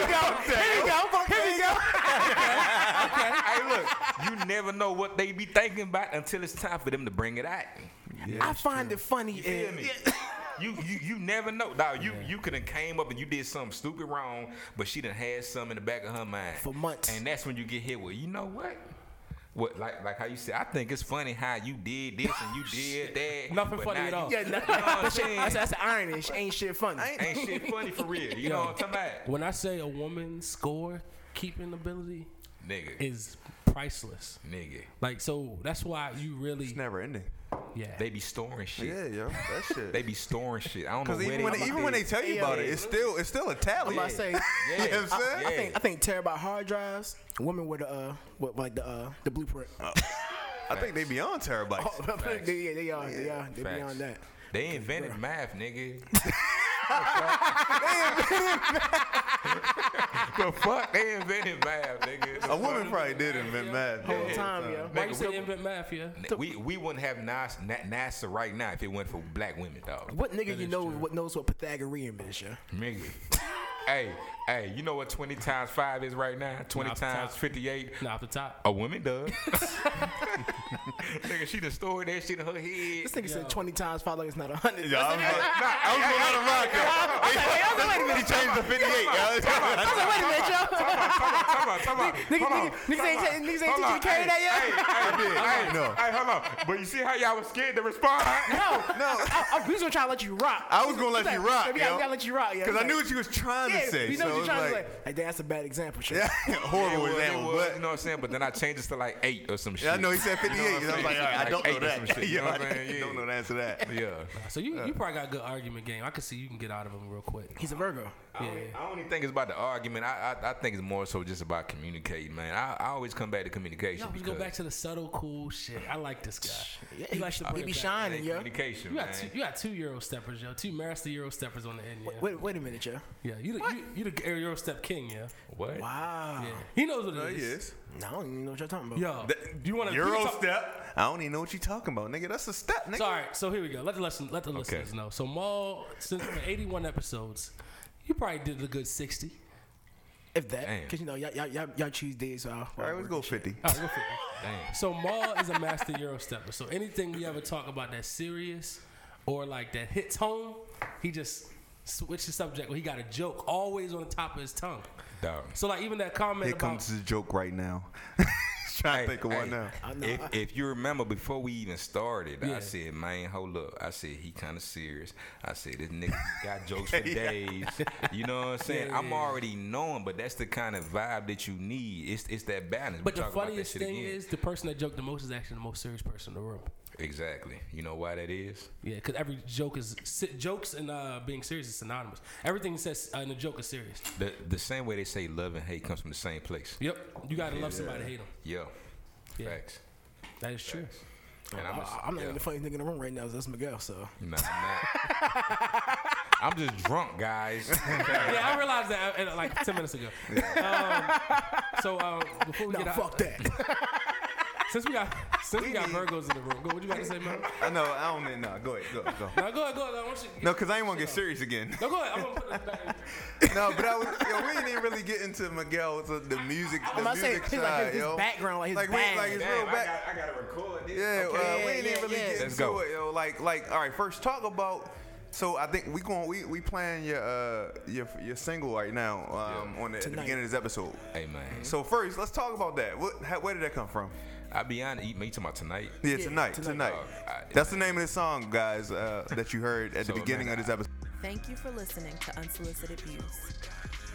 Speaker 4: we go. Here we go. Fuck Here we go.
Speaker 5: (laughs) hey, look, you never know what they be thinking about until it's time for them to bring it out.
Speaker 4: I find it funny.
Speaker 5: You feel
Speaker 4: and-
Speaker 5: me? You, you you never know. Dog, you you could have came up and you did something stupid wrong, but she done had some in the back of her mind
Speaker 4: For months.
Speaker 5: And that's when you get hit with. You know what? What like like how you said? I think it's funny how you did this and
Speaker 6: (laughs)
Speaker 5: you did that.
Speaker 2: Nothing
Speaker 5: but
Speaker 2: funny
Speaker 5: now
Speaker 2: at
Speaker 5: (laughs) you-
Speaker 2: all.
Speaker 4: Yeah,
Speaker 5: You know
Speaker 4: no,
Speaker 5: what I'm
Speaker 4: that's,
Speaker 5: saying?
Speaker 4: that's irony. She ain't shit funny.
Speaker 6: (laughs)
Speaker 5: Ain't shit funny for real. You know what I'm talking about?
Speaker 2: When I say a woman's score keeping ability
Speaker 5: Nigga,
Speaker 2: is priceless.
Speaker 5: nigga,
Speaker 2: Like so, that's why you really
Speaker 6: it's never ending
Speaker 2: yeah.
Speaker 5: they be storing shit.
Speaker 6: yeah yo that shit
Speaker 5: They be storing shit. I don't know
Speaker 6: Because
Speaker 5: where
Speaker 6: even when
Speaker 5: they,
Speaker 6: they, even when they tell you
Speaker 4: Yeah,
Speaker 6: about
Speaker 4: yeah.
Speaker 6: it, it's still it's still a tally.
Speaker 4: I'm about to say.
Speaker 5: yeah.
Speaker 6: (laughs) You know what I'm saying?
Speaker 4: I think I think terabyte hard drives. Women were the uh, what like the uh, the blueprint.
Speaker 6: Oh, I think they beyond terabytes.
Speaker 4: (laughs) Oh, they, yeah, they are. They are. They
Speaker 5: Facts.
Speaker 4: beyond that.
Speaker 5: They invented math,
Speaker 4: (laughs)
Speaker 5: nigga. the fuck? They invented math, nigga. The
Speaker 6: a woman probably did invent math.
Speaker 4: Whole
Speaker 6: though.
Speaker 4: time, yo.
Speaker 2: why you
Speaker 5: Nigga,
Speaker 2: say
Speaker 5: we-
Speaker 2: invent math? Yeah.
Speaker 5: fuck? We we wouldn't have NASA, Na- NASA right now if it went for black women, dog.
Speaker 4: What nigga you know what knows what Pythagorean is, yeah?
Speaker 5: Nigga. hey, hey, you know what 20 times 5 is right now? 20
Speaker 2: Nah, off the
Speaker 5: times
Speaker 2: top.
Speaker 5: 58?
Speaker 2: Nah, off the top.
Speaker 5: A woman does. (laughs) nigga, she done stored that shit in her head.
Speaker 4: This nigga said 20 times five like it's not 100.
Speaker 6: Yeah, I
Speaker 4: (laughs)
Speaker 6: was, I was gonna let him rock. yo. He changed to 58. yo.
Speaker 4: Wait a minute,
Speaker 6: (laughs)
Speaker 4: yo.
Speaker 5: Come on, come on,
Speaker 4: Nigga-
Speaker 5: come on.
Speaker 4: nigga-
Speaker 5: Hold
Speaker 4: niggas ain't ta-
Speaker 5: on. Hold
Speaker 4: niggas ain't teaching
Speaker 5: on.
Speaker 4: you to carry
Speaker 5: Hey,
Speaker 4: that yet?
Speaker 5: Hey, hey,
Speaker 6: I
Speaker 5: hey,
Speaker 6: did. No.
Speaker 5: Hey, hold on. But you see how y'all was scared to respond?
Speaker 4: No,
Speaker 6: No,
Speaker 4: I, I, we was gonna try to let you rock.
Speaker 6: I was gonna let you rock,
Speaker 4: Yeah, we
Speaker 6: yo.
Speaker 4: gotta let you rock, yeah.
Speaker 6: because I
Speaker 4: Like,
Speaker 6: knew what you was trying
Speaker 4: yeah,
Speaker 6: to say.
Speaker 4: We know
Speaker 6: so
Speaker 4: what you're
Speaker 6: it's
Speaker 4: trying
Speaker 6: like,
Speaker 4: to say. Like, damn, that's a bad example, Sean.
Speaker 6: Yeah,
Speaker 5: It
Speaker 6: horrible
Speaker 5: was, it
Speaker 6: example,
Speaker 5: was,
Speaker 6: but
Speaker 5: you know what I'm saying? But then I changed it to like eight or some shit.
Speaker 6: yeah, I know he said 58.
Speaker 5: You know what I'm
Speaker 6: and I
Speaker 5: saying?
Speaker 6: was like, all right, I don't
Speaker 5: Like
Speaker 6: know
Speaker 5: eight or some
Speaker 6: that.
Speaker 5: shit, you
Speaker 6: Yeah,
Speaker 5: know what I'm
Speaker 6: I
Speaker 5: saying?
Speaker 6: don't
Speaker 5: Yeah.
Speaker 6: know the answer to that.
Speaker 5: Yeah.
Speaker 2: So you, you probably got a good argument game. I can see you can get out of them real quick.
Speaker 4: He's a Virgo.
Speaker 2: Yeah.
Speaker 5: I don't even think it's about the argument. I, I I think it's more so just about communicating, man. I, I always come back to communication.
Speaker 2: No, we go
Speaker 5: because
Speaker 2: back to the subtle, cool shit. I like this guy.
Speaker 4: Yeah,
Speaker 2: likes to
Speaker 4: he,
Speaker 2: bring
Speaker 4: he
Speaker 2: it
Speaker 4: be
Speaker 2: back.
Speaker 5: it
Speaker 4: shining,
Speaker 5: ain't
Speaker 4: yo.
Speaker 5: communication,
Speaker 2: You got
Speaker 5: man.
Speaker 2: two, you got two Euro steppers, yo. Two master Euro steppers on the end. Yeah,
Speaker 4: Wait, wait a minute, yo.
Speaker 2: yeah. You, the, you you the Euro step king, yeah.
Speaker 5: What?
Speaker 4: Wow.
Speaker 2: He knows what it is.
Speaker 6: he is.
Speaker 4: No, I don't even know what you're talking about.
Speaker 2: Yo,
Speaker 6: That-
Speaker 2: you want to
Speaker 6: Euro step? I don't even know what you talking about, nigga. That's a step, nigga.
Speaker 2: So, all right, so here we go. Let the listen, let the listeners know. So, Maul, since for 81 episodes, you probably did a good 60.
Speaker 4: If that,
Speaker 5: Damn.
Speaker 4: because you know, y'all, y'all, y'all, y'all choose days uh, off.
Speaker 6: All right, let's go 50.
Speaker 2: All right, we'll figure.
Speaker 5: Damn.
Speaker 2: So, Maul is a master Euro stepper. So, anything we ever talk about that's serious or like that hits home, he just switches the subject. Well, he got a joke always on the top of his tongue.
Speaker 5: Dog.
Speaker 2: So, like, even that comment
Speaker 6: Here
Speaker 2: about.
Speaker 6: comes the joke right now. Trying to think of one now.
Speaker 5: If, if you remember before we even started,
Speaker 2: Yeah.
Speaker 5: I said, "Man, hold up." I said he kind of serious. I said this nigga
Speaker 2: (laughs)
Speaker 5: got jokes for days. You know what I'm saying?
Speaker 2: Yeah, yeah,
Speaker 5: I'm
Speaker 2: yeah.
Speaker 5: already knowing, but that's the kind of vibe that you need. It's it's that balance.
Speaker 2: but
Speaker 5: We
Speaker 2: the
Speaker 5: talk about that
Speaker 2: funniest
Speaker 5: shit
Speaker 2: thing
Speaker 5: again.
Speaker 2: is, the person that joked the most is actually the most serious person in the room.
Speaker 5: exactly. You know why that is?
Speaker 2: Yeah, because every joke is si- jokes and uh, being serious is synonymous. Everything he says uh, in a joke is serious.
Speaker 5: The the same way they say love and hate comes from the same place.
Speaker 2: Yep, you gotta love somebody, hate them.
Speaker 5: Yeah.
Speaker 2: Yeah. Oh,
Speaker 5: Facts.
Speaker 2: That is true.
Speaker 5: And
Speaker 4: I,
Speaker 5: I'm, just,
Speaker 4: I- I'm not
Speaker 5: yeah.
Speaker 4: even the funniest nigga in the room right now. So that's Miguel. So
Speaker 5: Nah,
Speaker 2: (laughs)
Speaker 5: I'm not. I'm just drunk, guys. Okay.
Speaker 2: Yeah, I realized that uh, uh, like ten minutes ago. Um, so um, before we
Speaker 4: nah,
Speaker 2: get
Speaker 4: fuck
Speaker 2: out, (laughs)
Speaker 4: that.
Speaker 2: since we got since we, got
Speaker 6: need-
Speaker 2: Virgos in the room, go. What you
Speaker 6: (laughs)
Speaker 2: got to say, man?
Speaker 6: I know. I don't mean, no. Go ahead. Go, go.
Speaker 2: No, go ahead, go ahead. I want you,
Speaker 6: No, because I ain't want to get serious again.
Speaker 5: (laughs)
Speaker 2: no, go ahead. I'm gonna put this back.
Speaker 6: no, but I was, yo, we didn't even really get into Miguel's uh, the music, the
Speaker 4: I'm about to say,
Speaker 6: music
Speaker 4: his-
Speaker 6: side,
Speaker 4: like, his- his
Speaker 6: yo.
Speaker 4: background, like, his
Speaker 6: like, we-
Speaker 4: bag.
Speaker 6: like his real
Speaker 5: Damn, I,
Speaker 6: back.
Speaker 5: got, I gotta record this.
Speaker 6: Yeah,
Speaker 5: Okay.
Speaker 6: uh, we ain't
Speaker 4: yeah,
Speaker 6: even really
Speaker 4: yeah.
Speaker 6: get
Speaker 5: Let's
Speaker 6: into
Speaker 5: go.
Speaker 6: it, yo. Like, like, all right, first talk about. So I think we going we we playing your uh your your single right now um on the, at the
Speaker 4: Tonight.
Speaker 6: beginning of this episode.
Speaker 5: Hey man,
Speaker 6: So first, let's talk about that. What how, where did that come from?
Speaker 5: I be honest. You me talking about tonight?
Speaker 6: Yeah, tonight,
Speaker 4: tonight.
Speaker 6: tonight.
Speaker 5: Oh, I-
Speaker 6: That's the name of the song, guys, uh, that you heard
Speaker 5: (laughs)
Speaker 6: at
Speaker 5: So,
Speaker 6: the beginning
Speaker 5: man,
Speaker 6: of this episode.
Speaker 1: Thank you for listening to Unsolicited Views.